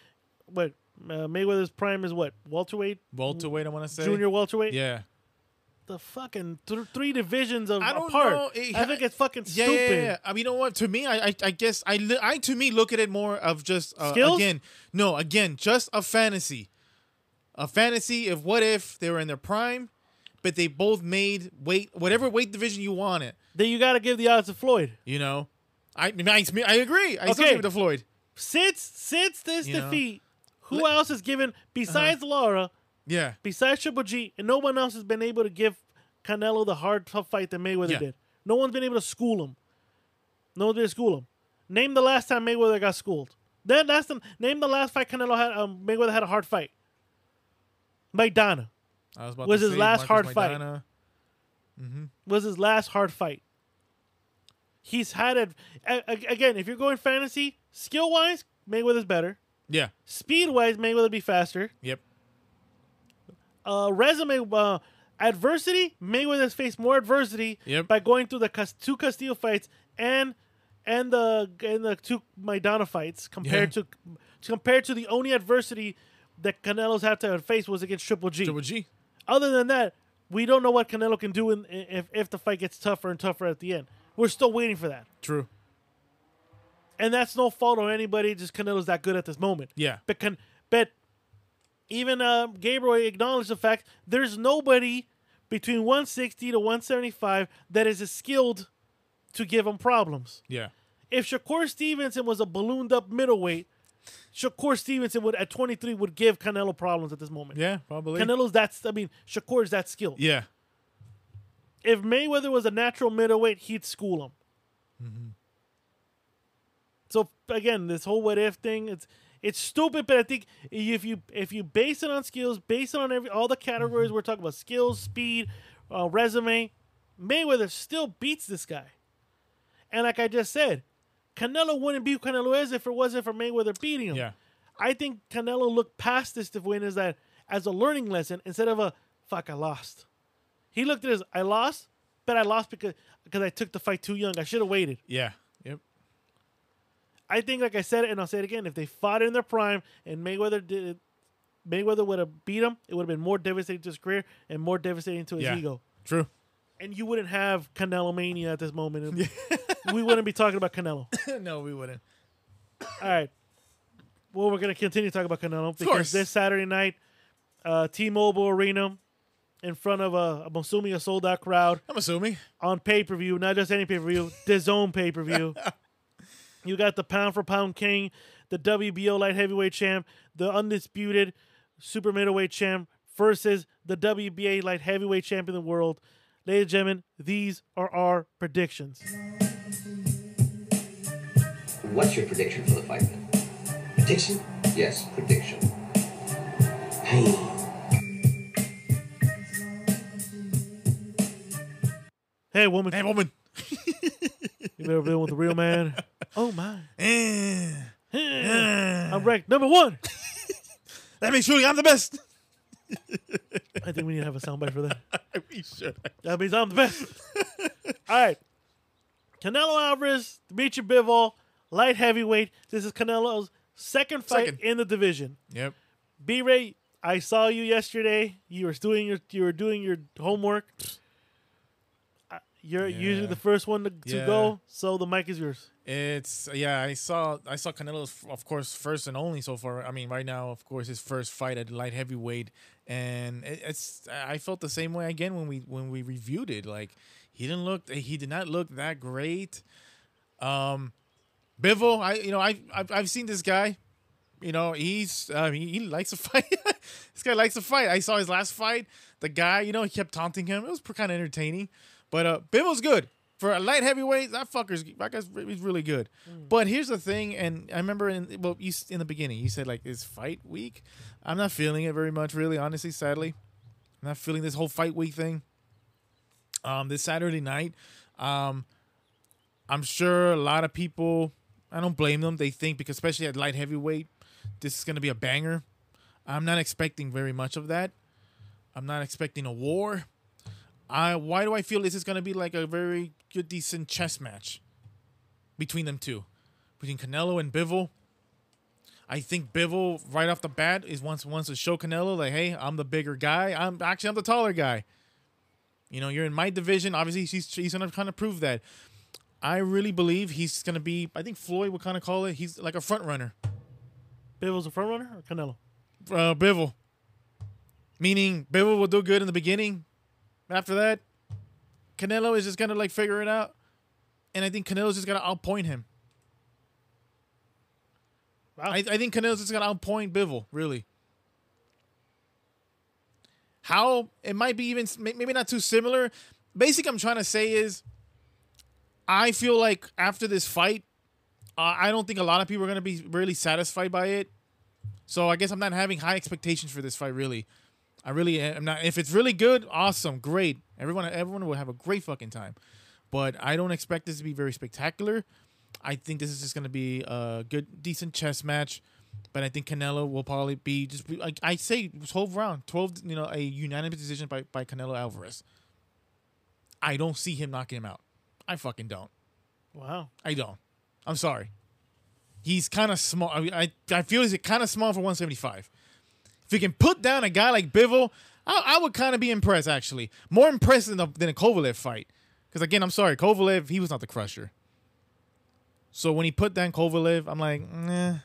Speaker 4: But uh, Mayweather's prime is what? Welterweight,
Speaker 5: welterweight. I want to say
Speaker 4: junior welterweight.
Speaker 5: Yeah,
Speaker 4: The fucking th- three divisions of
Speaker 5: I don't
Speaker 4: apart.
Speaker 5: know. It-
Speaker 4: I think it's fucking
Speaker 5: yeah,
Speaker 4: stupid.
Speaker 5: yeah, yeah, yeah. I mean, you know what? To me, I, I, I guess I, li- I to me look at it more of just uh,
Speaker 4: Skills?
Speaker 5: again, no, again, just a fantasy, a fantasy of what if they were in their prime, but they both made weight, whatever weight division you want it.
Speaker 4: Then you got to give the odds to Floyd.
Speaker 5: You know, I, I, mean, I I agree. I still
Speaker 4: Okay.
Speaker 5: give it to Floyd.
Speaker 4: Since since this
Speaker 5: You know. Uh-huh.
Speaker 4: defeat, who else is given besides Laura,
Speaker 5: Yeah,
Speaker 4: besides Triple G, and no one else has been able to give Canelo the hard tough fight that Mayweather
Speaker 5: Yeah.
Speaker 4: did. No one's been able to school him. No one's been able to school him. Name the last time Mayweather got schooled. Then that's the name the last fight Canelo had. Um, Mayweather had a hard fight. Mike Donna
Speaker 5: I was about
Speaker 4: Was
Speaker 5: to
Speaker 4: his
Speaker 5: say
Speaker 4: last hard
Speaker 5: Marcus
Speaker 4: fight.
Speaker 5: Maidana.
Speaker 4: was his last hard fight. He's had it again. If you're going fantasy, skill wise, Mayweather's better.
Speaker 5: Yeah.
Speaker 4: Speed wise, Mayweather be faster.
Speaker 5: Yep.
Speaker 4: uh, resume uh, adversity, Mayweather has faced more adversity
Speaker 5: Yep.
Speaker 4: by going through the Cas- two Castillo fights and and the and the two Maidana fights compared
Speaker 5: Yeah.
Speaker 4: to compared to the only adversity that Canelo's had to face was against Triple G.
Speaker 5: Triple G.
Speaker 4: Other than that, we don't know what Canelo can do in, if if the fight gets tougher and tougher at the end. We're still waiting for that.
Speaker 5: True.
Speaker 4: And that's no fault on anybody. Just Canelo's that good at this moment.
Speaker 5: Yeah.
Speaker 4: But can but even uh, Gabriel acknowledged the fact there's nobody between 160 to 175 that is as skilled to give him problems.
Speaker 5: Yeah.
Speaker 4: If Shakur Stevenson was a ballooned up middleweight, Shakur Stevenson would at 23 would give Canelo problems at this moment.
Speaker 5: Yeah. Probably.
Speaker 4: Canelo's that's I mean Shakur is that skilled.
Speaker 5: yeah.
Speaker 4: If Mayweather was a natural middleweight, he'd school him. So again, this whole what if thing, it's it's stupid, but I think if you if you base it on skills, base it on every all the categories we're talking about, skills, speed, uh, resume, Mayweather still beats this guy. And like I just said, Canelo wouldn't be who Canelo is if it wasn't for Mayweather beating him.
Speaker 5: Yeah.
Speaker 4: I think Canelo looked past this to win is that as a learning lesson instead of a fuck I lost. He looked at his I lost, but I lost because because I took the fight too young. I should have waited.
Speaker 5: Yeah. Yep.
Speaker 4: I think, like I said it, and I'll say it again, if they fought in their prime and Mayweather did, Mayweather would have beat him, it would have been more devastating to his career and more devastating to his
Speaker 5: Yeah.
Speaker 4: ego.
Speaker 5: True.
Speaker 4: And you wouldn't have Canelo mania at this moment. we wouldn't be talking about Canelo.
Speaker 5: no, we wouldn't.
Speaker 4: All right. Well, we're going to continue talking about Canelo because
Speaker 5: course.
Speaker 4: this Saturday night, uh, T-Mobile Arena, in front of uh, a, I'm assuming a sold out crowd
Speaker 5: I'm assuming.
Speaker 4: on pay per view, not just any pay per view, DAZN pay per view. you got the pound for pound king, the WBO light heavyweight champ, the undisputed super middleweight champ versus the WBA light heavyweight champ in the world. Ladies and gentlemen, these are our predictions.
Speaker 7: What's your prediction for the fight then?
Speaker 8: Prediction?
Speaker 7: Yes, prediction.
Speaker 4: Hey, woman,
Speaker 5: Hey, woman.
Speaker 4: you better be with the real man. Oh my,
Speaker 5: Eh,
Speaker 4: I'm ranked number one.
Speaker 5: Let me show you. I'm the best.
Speaker 4: I think we need to have a soundbite for that.
Speaker 5: we should.
Speaker 4: That means I'm the best. All right. Canelo Alvarez, Dimitri Bivol, light heavyweight. This is Canelo's second fight
Speaker 5: Second.
Speaker 4: in the division.
Speaker 5: Yep.
Speaker 4: B Ray, I saw you yesterday. You were doing your you were doing your homework. Uh, You're usually
Speaker 5: Yeah.
Speaker 4: the first one to, to
Speaker 5: Yeah.
Speaker 4: go, so the mic is yours.
Speaker 5: It's yeah. I saw I saw Canelo's of course first and only so far. I mean, right now of course his first fight at light heavyweight, and it, it's I felt the same way again when we when we reviewed it. Like he didn't look he did not look that great. Um, Bivol, I you know I I've, I've seen this guy you know, he's uh, he, he likes to fight. this guy likes to fight. I saw his last fight. The guy, you know, he kept taunting him. It was kind of entertaining, but uh, Bimbo's good for a light heavyweight. That fucker's that guy's re- he's really good. But here's the thing, and I remember in well, you, s- in the beginning, you said like, "Is fight week?" I'm not feeling it very much, really, honestly, sadly. I'm not feeling this whole fight week thing. Um, this Saturday night, um, I'm sure a lot of people. I don't blame them. They think because especially at light heavyweight, this is gonna be a banger. I'm not expecting very much of that. I'm not expecting a war. I why do I feel this is gonna be like a very good decent chess match between them two, between Canelo and Bivol. I think Bivol right off the bat is once wants to show Canelo like, hey, I'm the bigger guy. I'm actually I'm the taller guy. You know, you're in my division. Obviously, he's he's gonna kind of prove that. I really believe he's gonna be. I think Floyd would kind of call it. He's like a front runner.
Speaker 4: Bivol's a front runner or Canelo?
Speaker 5: uh, Bivol. Meaning Bivol will do good in the beginning. After that, Canelo is just gonna like figure it out, and I think Canelo's just gonna outpoint him.
Speaker 4: Wow.
Speaker 5: I, I think Canelo's just gonna outpoint Bivol. Really. How it might be even may- maybe not too similar. Basically, I'm trying to say is, I feel like after this fight, uh, I don't think a lot of people are gonna be really satisfied by it. So I guess I'm not having high expectations for this fight. Really, I really am not. If it's really good, awesome, great. Everyone, everyone will have a great fucking time. But I don't expect this to be very spectacular. I think this is just going to be a good, decent chess match. But I think Canelo will probably be just be- like I say, twelve round, twelve. You know, a unanimous decision by by Canelo Alvarez. I don't see him knocking him out. I fucking don't.
Speaker 4: Wow.
Speaker 5: I don't. I'm sorry. He's kind of small. I, I I feel he's kind of small for 175. If he can put down a guy like Bivol, I, I would kind of be impressed. Actually, more impressed than the, than a Kovalev fight. Because again, I'm sorry, Kovalev he was not the crusher. So when he put down Kovalev, I'm like, nah,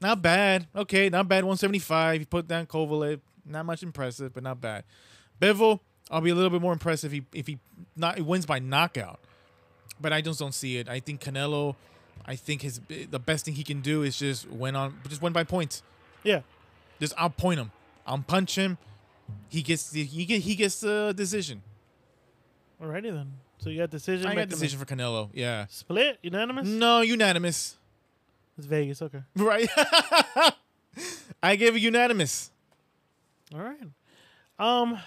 Speaker 5: not bad. Okay, not bad. 175. He put down Kovalev. Not much impressive, but not bad. Bivol, I'll be a little bit more impressed if he if he not wins by knockout but I just don't see it. I think Canelo, I think his the best thing he can do is just win on just win by points.
Speaker 4: Yeah.
Speaker 5: Just outpoint him, I'll punch him. He gets the, he get, he gets the decision.
Speaker 4: Alrighty then. So you got decision.
Speaker 5: I
Speaker 4: back
Speaker 5: got
Speaker 4: to me.
Speaker 5: decision for Canelo. Yeah.
Speaker 4: Split unanimous.
Speaker 5: No, unanimous.
Speaker 4: It's Vegas. Okay.
Speaker 5: Right. I gave it unanimous.
Speaker 4: All right. Um,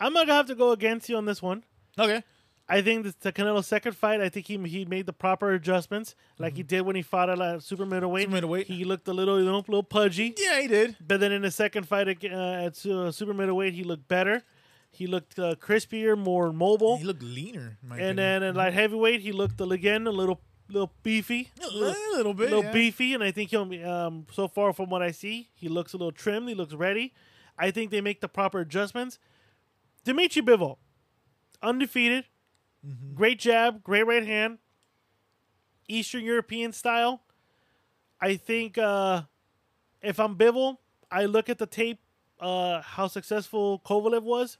Speaker 4: I'm gonna have to go against you on this one.
Speaker 5: Okay.
Speaker 4: I think this the Canelo's second fight. I think he he made the proper adjustments, like he did when he fought at uh, super middleweight.
Speaker 5: Mm-hmm. Super middleweight.
Speaker 4: He looked a little little, little pudgy,
Speaker 5: Yeah, he did.
Speaker 4: but then in the second fight ag- uh, at su- uh, super middleweight, he looked better. He looked uh, crispier, more mobile.
Speaker 5: He looked Mm-hmm. leaner. In my
Speaker 4: and
Speaker 5: opinion.
Speaker 4: then at light heavyweight, he looked again a little little beefy,
Speaker 5: a little, little bit.
Speaker 4: little
Speaker 5: yeah.
Speaker 4: beefy, and I think he'll be, um so far from what I see, he looks a little trimmed, he looks ready. I think they make the proper adjustments. Dimitri Bivol, undefeated,
Speaker 5: Mm-hmm.
Speaker 4: great jab, great right hand, Eastern European style. I think uh, if I'm Bivol, I look at the tape, uh, how successful Kovalev was.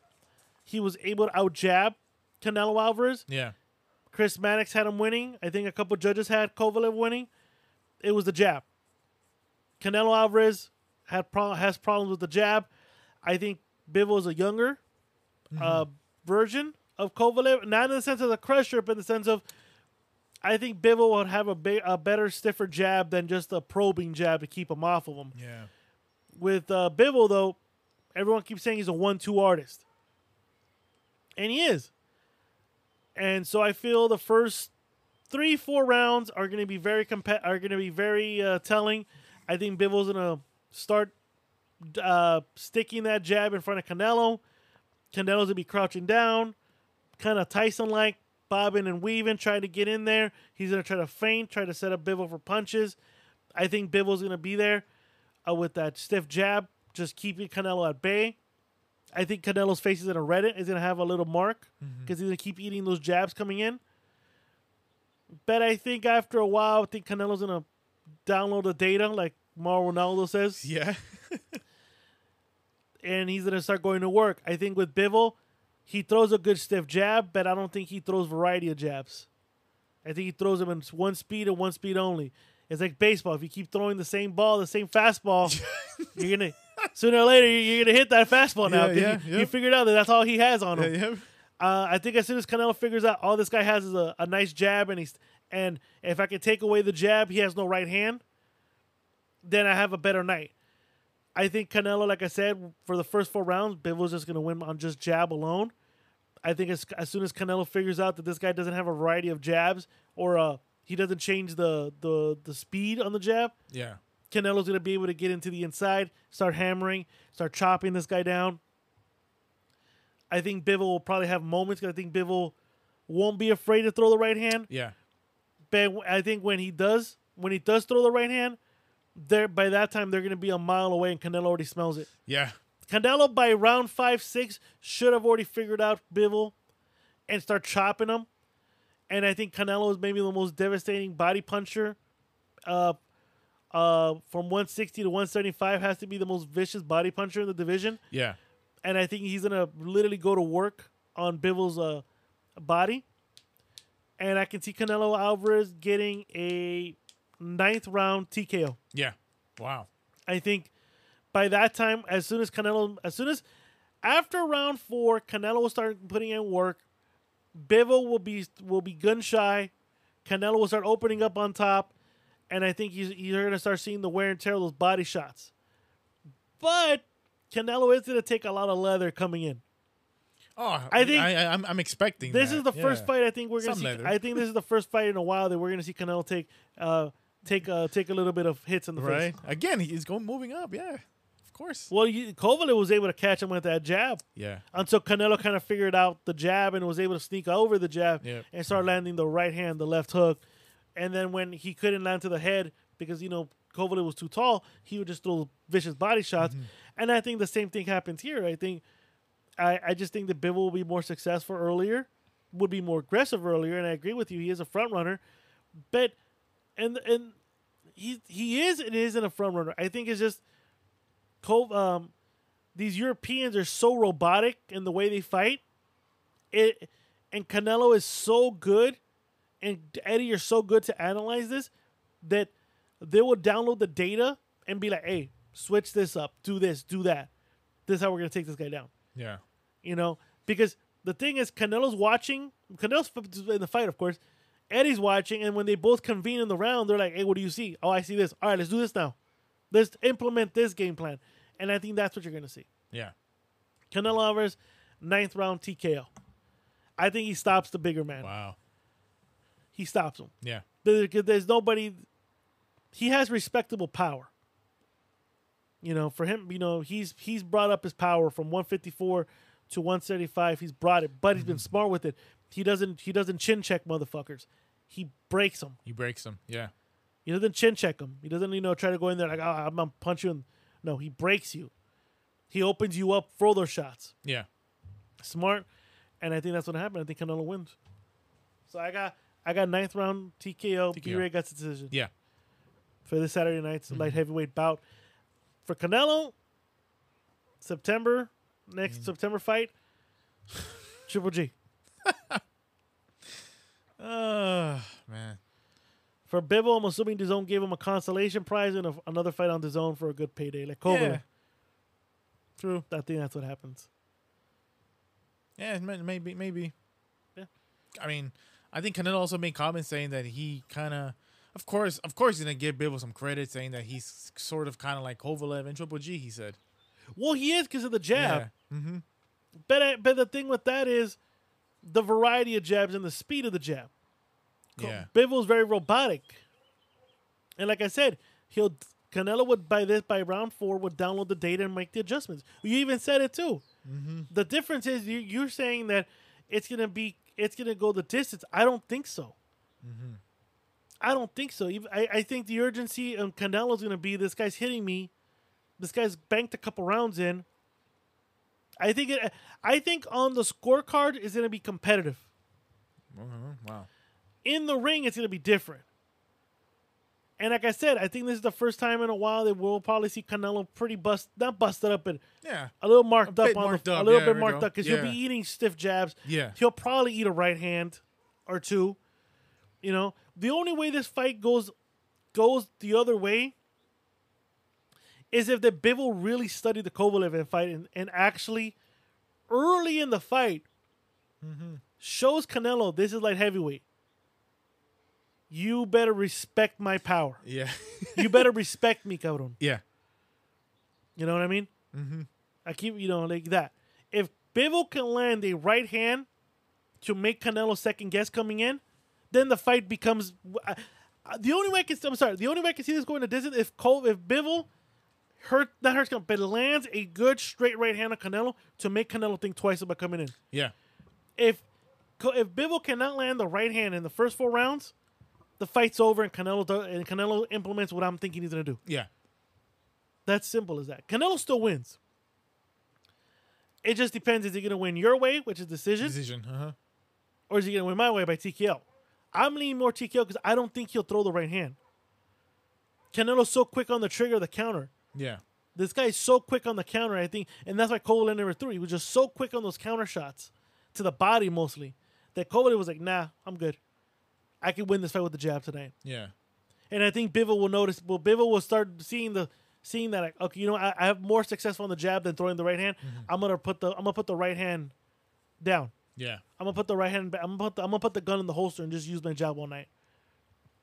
Speaker 4: He was able to out jab Canelo Alvarez.
Speaker 5: Yeah.
Speaker 4: Chris Maddox had him winning. I think a couple judges had Kovalev winning. It was the jab. Canelo Alvarez had pro- has problems with the jab. I think Bivol is a younger uh, version of Kovalev, not in the sense of the crusher, but in the sense of I think Bivol would have a, big, a better, stiffer jab than just a probing jab to keep him off of him.
Speaker 5: Yeah.
Speaker 4: With uh, Bivol, though, everyone keeps saying he's a one-two artist, and he is. And so I feel the first three, four rounds are going to be very compa- are going to be very uh, telling. I think Bivol's going to start uh, sticking that jab in front of Canelo. Canelo's going to be crouching down, kind of Tyson like, bobbing and weaving, trying to get in there. He's going to try to feint, try to set up Bivol for punches. I think Bivol's going to be there uh, with that stiff jab, just keeping Canelo at bay. I think Canelo's face is gonna Reddit is gonna have a little mark because he's gonna keep eating those jabs coming in. But I think after a while, I think Canelo's gonna download the data, like Mauro Ronaldo says,
Speaker 5: Yeah.
Speaker 4: and he's gonna start going to work. I think with Bivol, he throws a good stiff jab, but I don't think he throws variety of jabs. I think he throws them in one speed and one speed only. It's like baseball. If you keep throwing the same ball, the same fastball, you're gonna sooner or later you're gonna hit that fastball. Now
Speaker 5: Yeah,
Speaker 4: 'cause
Speaker 5: yeah,
Speaker 4: you,
Speaker 5: yeah.
Speaker 4: you figured out that that's all he has on him.
Speaker 5: Yeah, yeah.
Speaker 4: Uh, I think as soon as Canelo figures out all this guy has is a, a nice jab, and he's and if I can take away the jab, he has no right hand. Then I have a better night. I think Canelo, like I said, for the first four rounds, Bivol's just gonna win on just jab alone. I think as, as soon as Canelo figures out that this guy doesn't have a variety of jabs or uh, he doesn't change the, the the speed on the jab,
Speaker 5: Yeah.
Speaker 4: Canelo's going to be able to get into the inside, start hammering, start chopping this guy down. I think Bivol will probably have moments 'cause I think Bivol won't be afraid to throw the right hand.
Speaker 5: Yeah.
Speaker 4: But I think when he does, when he does throw the right hand, there by that time they're going to be a mile away, and Canelo already smells it.
Speaker 5: Yeah.
Speaker 4: Canelo by round five, six should have already figured out Bivol and start chopping him. And I think Canelo is maybe the most devastating body puncher. Uh, uh, from 160 to 175 has to be the most vicious body puncher in the division.
Speaker 5: Yeah.
Speaker 4: And I think he's gonna literally go to work on Bivol's uh, body. And I can see Canelo Alvarez getting a ninth round TKO.
Speaker 5: Yeah. Wow.
Speaker 4: I think by that time, as soon as Canelo, as soon as after round four, Canelo will start putting in work. Bivol will be will be gun shy. Canelo will start opening up on top, and I think he's you're going to start seeing the wear and tear of those body shots. But Canelo is going to take a lot of leather coming in.
Speaker 5: Oh,
Speaker 4: I think-
Speaker 5: I, I, am I'm expecting
Speaker 4: This
Speaker 5: is
Speaker 4: is the first fight I think we're going to
Speaker 5: Some
Speaker 4: see.
Speaker 5: leather.
Speaker 4: I think this is the first fight in a while that we're going to see Canelo take uh, take uh, take a little bit of hits in the face.
Speaker 5: right? Again, he's going moving up. Yeah, of course.
Speaker 4: Well, you, Kovalev was able to catch him with that jab.
Speaker 5: Yeah,
Speaker 4: until Canelo kind of figured out the jab and was able to sneak over the jab
Speaker 5: Yep.
Speaker 4: and start landing the right hand, the left hook. And then when he couldn't land to the head because, you know, Kovalev was too tall, he would just throw vicious body shots. And I think the same thing happens here. I think I, I just think that Bivol will be more successful earlier, would be more aggressive earlier, and I agree with you, he is a front runner. But and and he he is and isn't a front runner. I think it's just Kov um these Europeans are so robotic in the way they fight. It and Canelo is so good, and Eddie are so good to analyze this that they will download the data and be like, "Hey, switch this up, do this, do that. This is how we're gonna take this guy down."
Speaker 5: yeah,
Speaker 4: You know, because the thing is, Canelo's watching. Canelo's f- in the fight, of course. Eddie's watching, and when they both convene in the round, they're like, "Hey, what do you see? Oh, I see this. All right, let's do this now. Let's implement this game plan." And I think that's what you're gonna see.
Speaker 5: yeah,
Speaker 4: Canelo Alvarez, ninth round TKO. I think he stops the bigger man.
Speaker 5: wow,
Speaker 4: He stops him.
Speaker 5: yeah,
Speaker 4: There- There's nobody. He has respectable power. You know, for him, you know, he's he's brought up his power from 154 to 175. He's brought it, but he's been smart with it. He doesn't he doesn't chin check motherfuckers. He breaks them.
Speaker 5: he breaks him. Yeah,
Speaker 4: He doesn't chin check him. He doesn't, you know, try to go in there like, oh, I'm gonna punch you. And, no, he breaks you. He opens you up for those shots
Speaker 5: yeah,
Speaker 4: smart, and I think that's what happened. I think Canelo wins. So I got I got ninth round TKO. B Ray got the decision
Speaker 5: yeah,
Speaker 4: for this Saturday night's light heavyweight bout for Canelo. September next September fight. Triple G
Speaker 5: uh, man,
Speaker 4: for Bivol. I'm assuming DAZN gave him a consolation prize and a, another fight on DAZN for a good payday, like Kovalev.
Speaker 5: Yeah. true.
Speaker 4: I think that's what happens.
Speaker 5: Yeah, may- maybe, maybe.
Speaker 4: Yeah.
Speaker 5: I mean, I think Canelo also made comments saying that he kind of, of course, of course, he's gonna give Bibble some credit, saying that he's sort of kind of like Kovalev and Triple G. He said,
Speaker 4: Well, he is because of the jab.
Speaker 5: mm-hmm.
Speaker 4: But I, but the thing with that is the variety of jabs and the speed of the jab.
Speaker 5: yeah,
Speaker 4: Bivol's very robotic. And like I said, he'll Canelo would by this by round four would download the data and make the adjustments. You even said it too. The difference is you, you're saying that it's gonna be it's gonna go the distance. I don't think so. I don't think so. Even- I, I think the urgency of Canelo's gonna be this guy's hitting me. This guy's banked a couple rounds in. I think it. I think on the scorecard is gonna be competitive
Speaker 5: wow,
Speaker 4: in the ring, it's going to be different. And like I said, I think this is the first time in a while that we'll probably see Canelo pretty bust, not busted up, but
Speaker 5: yeah,
Speaker 4: a little marked
Speaker 5: A
Speaker 4: up
Speaker 5: bit
Speaker 4: on
Speaker 5: marked
Speaker 4: the,
Speaker 5: up,
Speaker 4: a little bit
Speaker 5: yeah, there we
Speaker 4: marked
Speaker 5: go.
Speaker 4: up because he'll
Speaker 5: Yeah.
Speaker 4: be eating stiff jabs.
Speaker 5: Yeah.
Speaker 4: he'll probably eat a right hand or two. You know, the only way this fight goes goes the other way is if the Bivol really studied the Kovalev and fight and, and actually early in the fight
Speaker 5: Mm-hmm.
Speaker 4: shows Canelo this is like heavyweight. You better respect my power.
Speaker 5: Yeah.
Speaker 4: You better respect me, cabrón.
Speaker 5: yeah.
Speaker 4: You know what I mean? Mm-hmm. I keep, you know, like that. If Bivol can land a right hand to make Canelo second guess coming in, then the fight becomes. I- I- the only way I can, I'm sorry, the only way I can see this going to distance if Cole, if Bivol hurt, not hurts, Canelo, but lands a good straight right hand on Canelo to make Canelo think twice about coming in.
Speaker 5: Yeah.
Speaker 4: If Co- if Bivol cannot land the right hand in the first four rounds, the fight's over and Canelo does, and Canelo implements what I'm thinking he's gonna do.
Speaker 5: Yeah.
Speaker 4: That's simple as that. Canelo still wins. It just depends. Is he going to win your way, which is decision,
Speaker 5: Decision. Uh-huh.
Speaker 4: or is he going to win my way by TKO? I'm leaning more TKO because I don't think he'll throw the right hand. Canelo's so quick on the trigger of the counter.
Speaker 5: Yeah.
Speaker 4: This guy's so quick on the counter, I think, and that's why Kovalev never threw. He was just so quick on those counter shots to the body mostly that Kovalev was like, "Nah, I'm good. I can win this fight with the jab tonight."
Speaker 5: Yeah.
Speaker 4: And I think Bivol will notice. Well, Bivol will start seeing the seeing that like, okay, you know, I, I have more success on the jab than throwing the right hand. I'm gonna put the I'm gonna put the right hand down.
Speaker 5: Yeah.
Speaker 4: I'm gonna put the right hand. ba- I'm gonna put the, I'm gonna put the gun in the holster and just use my jab all night.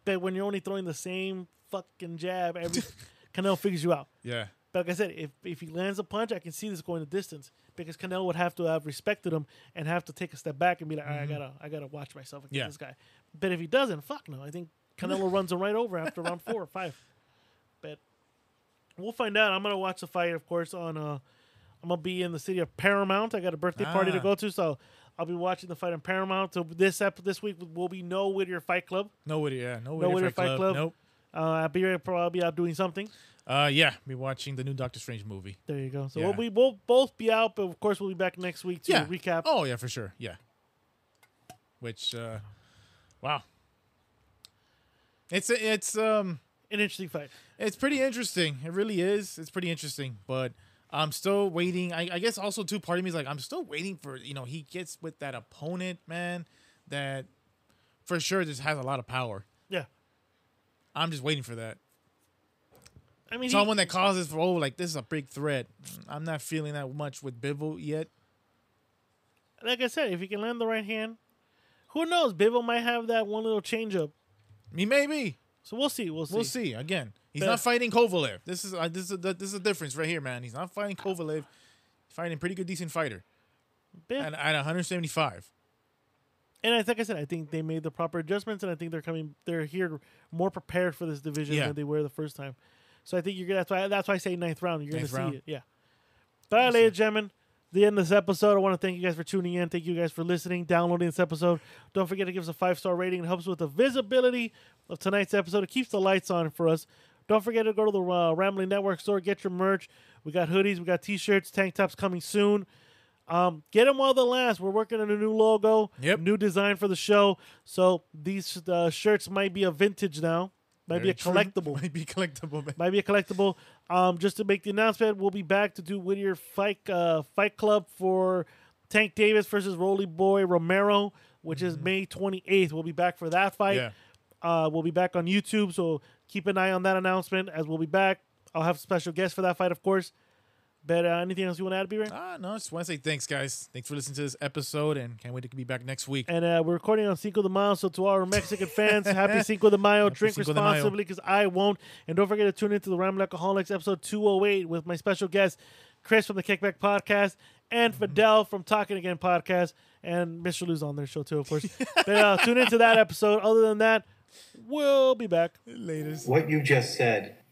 Speaker 4: But when you're only throwing the same fucking jab, every Canelo figures you out.
Speaker 5: Yeah.
Speaker 4: But like I said, if if he lands a punch, I can see this going the distance because Canelo would have to have respected him and have to take a step back and be like, all right, I gotta I gotta watch myself against
Speaker 5: Mm-hmm. Yeah.
Speaker 4: this guy. But if he doesn't, fuck no. I think Canelo runs him right over after round four or five. But we'll find out. I'm gonna watch the fight, of course, on uh I'm gonna be in the city of Paramount. I got a birthday party to
Speaker 5: Ah.
Speaker 4: go to, so I'll be watching the fight in Paramount. So this ep- this week will be no Whittier Fight Club.
Speaker 5: No Whittier. Yeah. No
Speaker 4: No
Speaker 5: Whittier,
Speaker 4: Whittier
Speaker 5: Fight, Club. Nope.
Speaker 4: Uh, I'll be right- probably out doing something.
Speaker 5: Uh, yeah. Be watching the new Doctor Strange movie.
Speaker 4: There you go. So
Speaker 5: Yeah.
Speaker 4: we'll, we will both be out, but of course we'll be back next week to
Speaker 5: yeah.
Speaker 4: recap.
Speaker 5: Oh yeah, for sure. Yeah. Which, uh, wow. It's it's um
Speaker 4: An interesting fight.
Speaker 5: it's pretty interesting. It really is. It's pretty interesting, but. I'm still waiting. I, I guess also too. Part of me is like, I'm still waiting for you know he gets with that opponent, man. That for sure just has a lot of power.
Speaker 4: Yeah.
Speaker 5: I'm just waiting for that.
Speaker 4: I mean, he-
Speaker 5: Someone that causes for oh, like this is a big threat. Mm, I'm not feeling that much with Bivol yet.
Speaker 4: like I said, if he can land the right hand, who knows? Bivol might have that one little change up.
Speaker 5: Me maybe.
Speaker 4: So we'll see. We'll see.
Speaker 5: We'll see. Again, he's
Speaker 4: Yeah.
Speaker 5: not fighting Kovalev. This is uh, this is the, this is the difference right here, man. He's not fighting Kovalev. He's fighting a pretty good, decent fighter
Speaker 4: Yeah.
Speaker 5: at, at 175.
Speaker 4: And I like I said, I think they made the proper adjustments, and I think they're coming. They're here more prepared for this division
Speaker 5: Yeah.
Speaker 4: than they were the first time. So I think you're gonna. That's why. That's why I say ninth round. You're
Speaker 5: Ninth
Speaker 4: gonna
Speaker 5: round.
Speaker 4: see it. Yeah. But all right, ladies and gentlemen, the end of this episode. I want to thank you guys for tuning in. Thank you guys for listening, downloading this episode. Don't forget to give us a five star rating. It helps with the visibility of tonight's episode. It keeps the lights on for us. Don't forget to go to the uh, Rambling Network store. Get your merch. We got hoodies. We got t-shirts, tank tops coming soon. Um, get them while they last. We're working on a new logo,
Speaker 5: Yep.
Speaker 4: new design for the show. So these uh, shirts might be a vintage now, might be
Speaker 5: Very
Speaker 4: a
Speaker 5: true.
Speaker 4: collectible,
Speaker 5: Might be collectible. Man.
Speaker 4: might be a collectible. Um, just to make the announcement, we'll be back to do Whittier Fight uh, Fight Club for Tank Davis versus Roly Boy Romero, which is May 28th. We'll be back for that fight.
Speaker 5: Mm-hmm. Yeah.
Speaker 4: Uh, we'll be back on YouTube, so keep an eye on that announcement as we'll be back. I'll have special guests for that fight, of course. But uh, anything else you want to add, B-Ray?
Speaker 5: Ah, no. I just want to say thanks, guys. Thanks for listening to this episode, and can't wait to be back next week.
Speaker 4: And uh, we're recording on Cinco de Mayo, so to our Mexican fans, happy Cinco de Mayo. Drink
Speaker 5: Cinco de Mayo.
Speaker 4: responsibly because I won't. And don't forget to tune into the Ramble Alcoholics episode 208 with my special guest, Chris from the Kickback Podcast and
Speaker 5: Mm-hmm.
Speaker 4: Fidel from Talking Again Podcast. And Mr. Lou's on their show too, of course. but uh, tune into that episode. Other than that, we'll be back.
Speaker 5: Latest.
Speaker 8: What you just said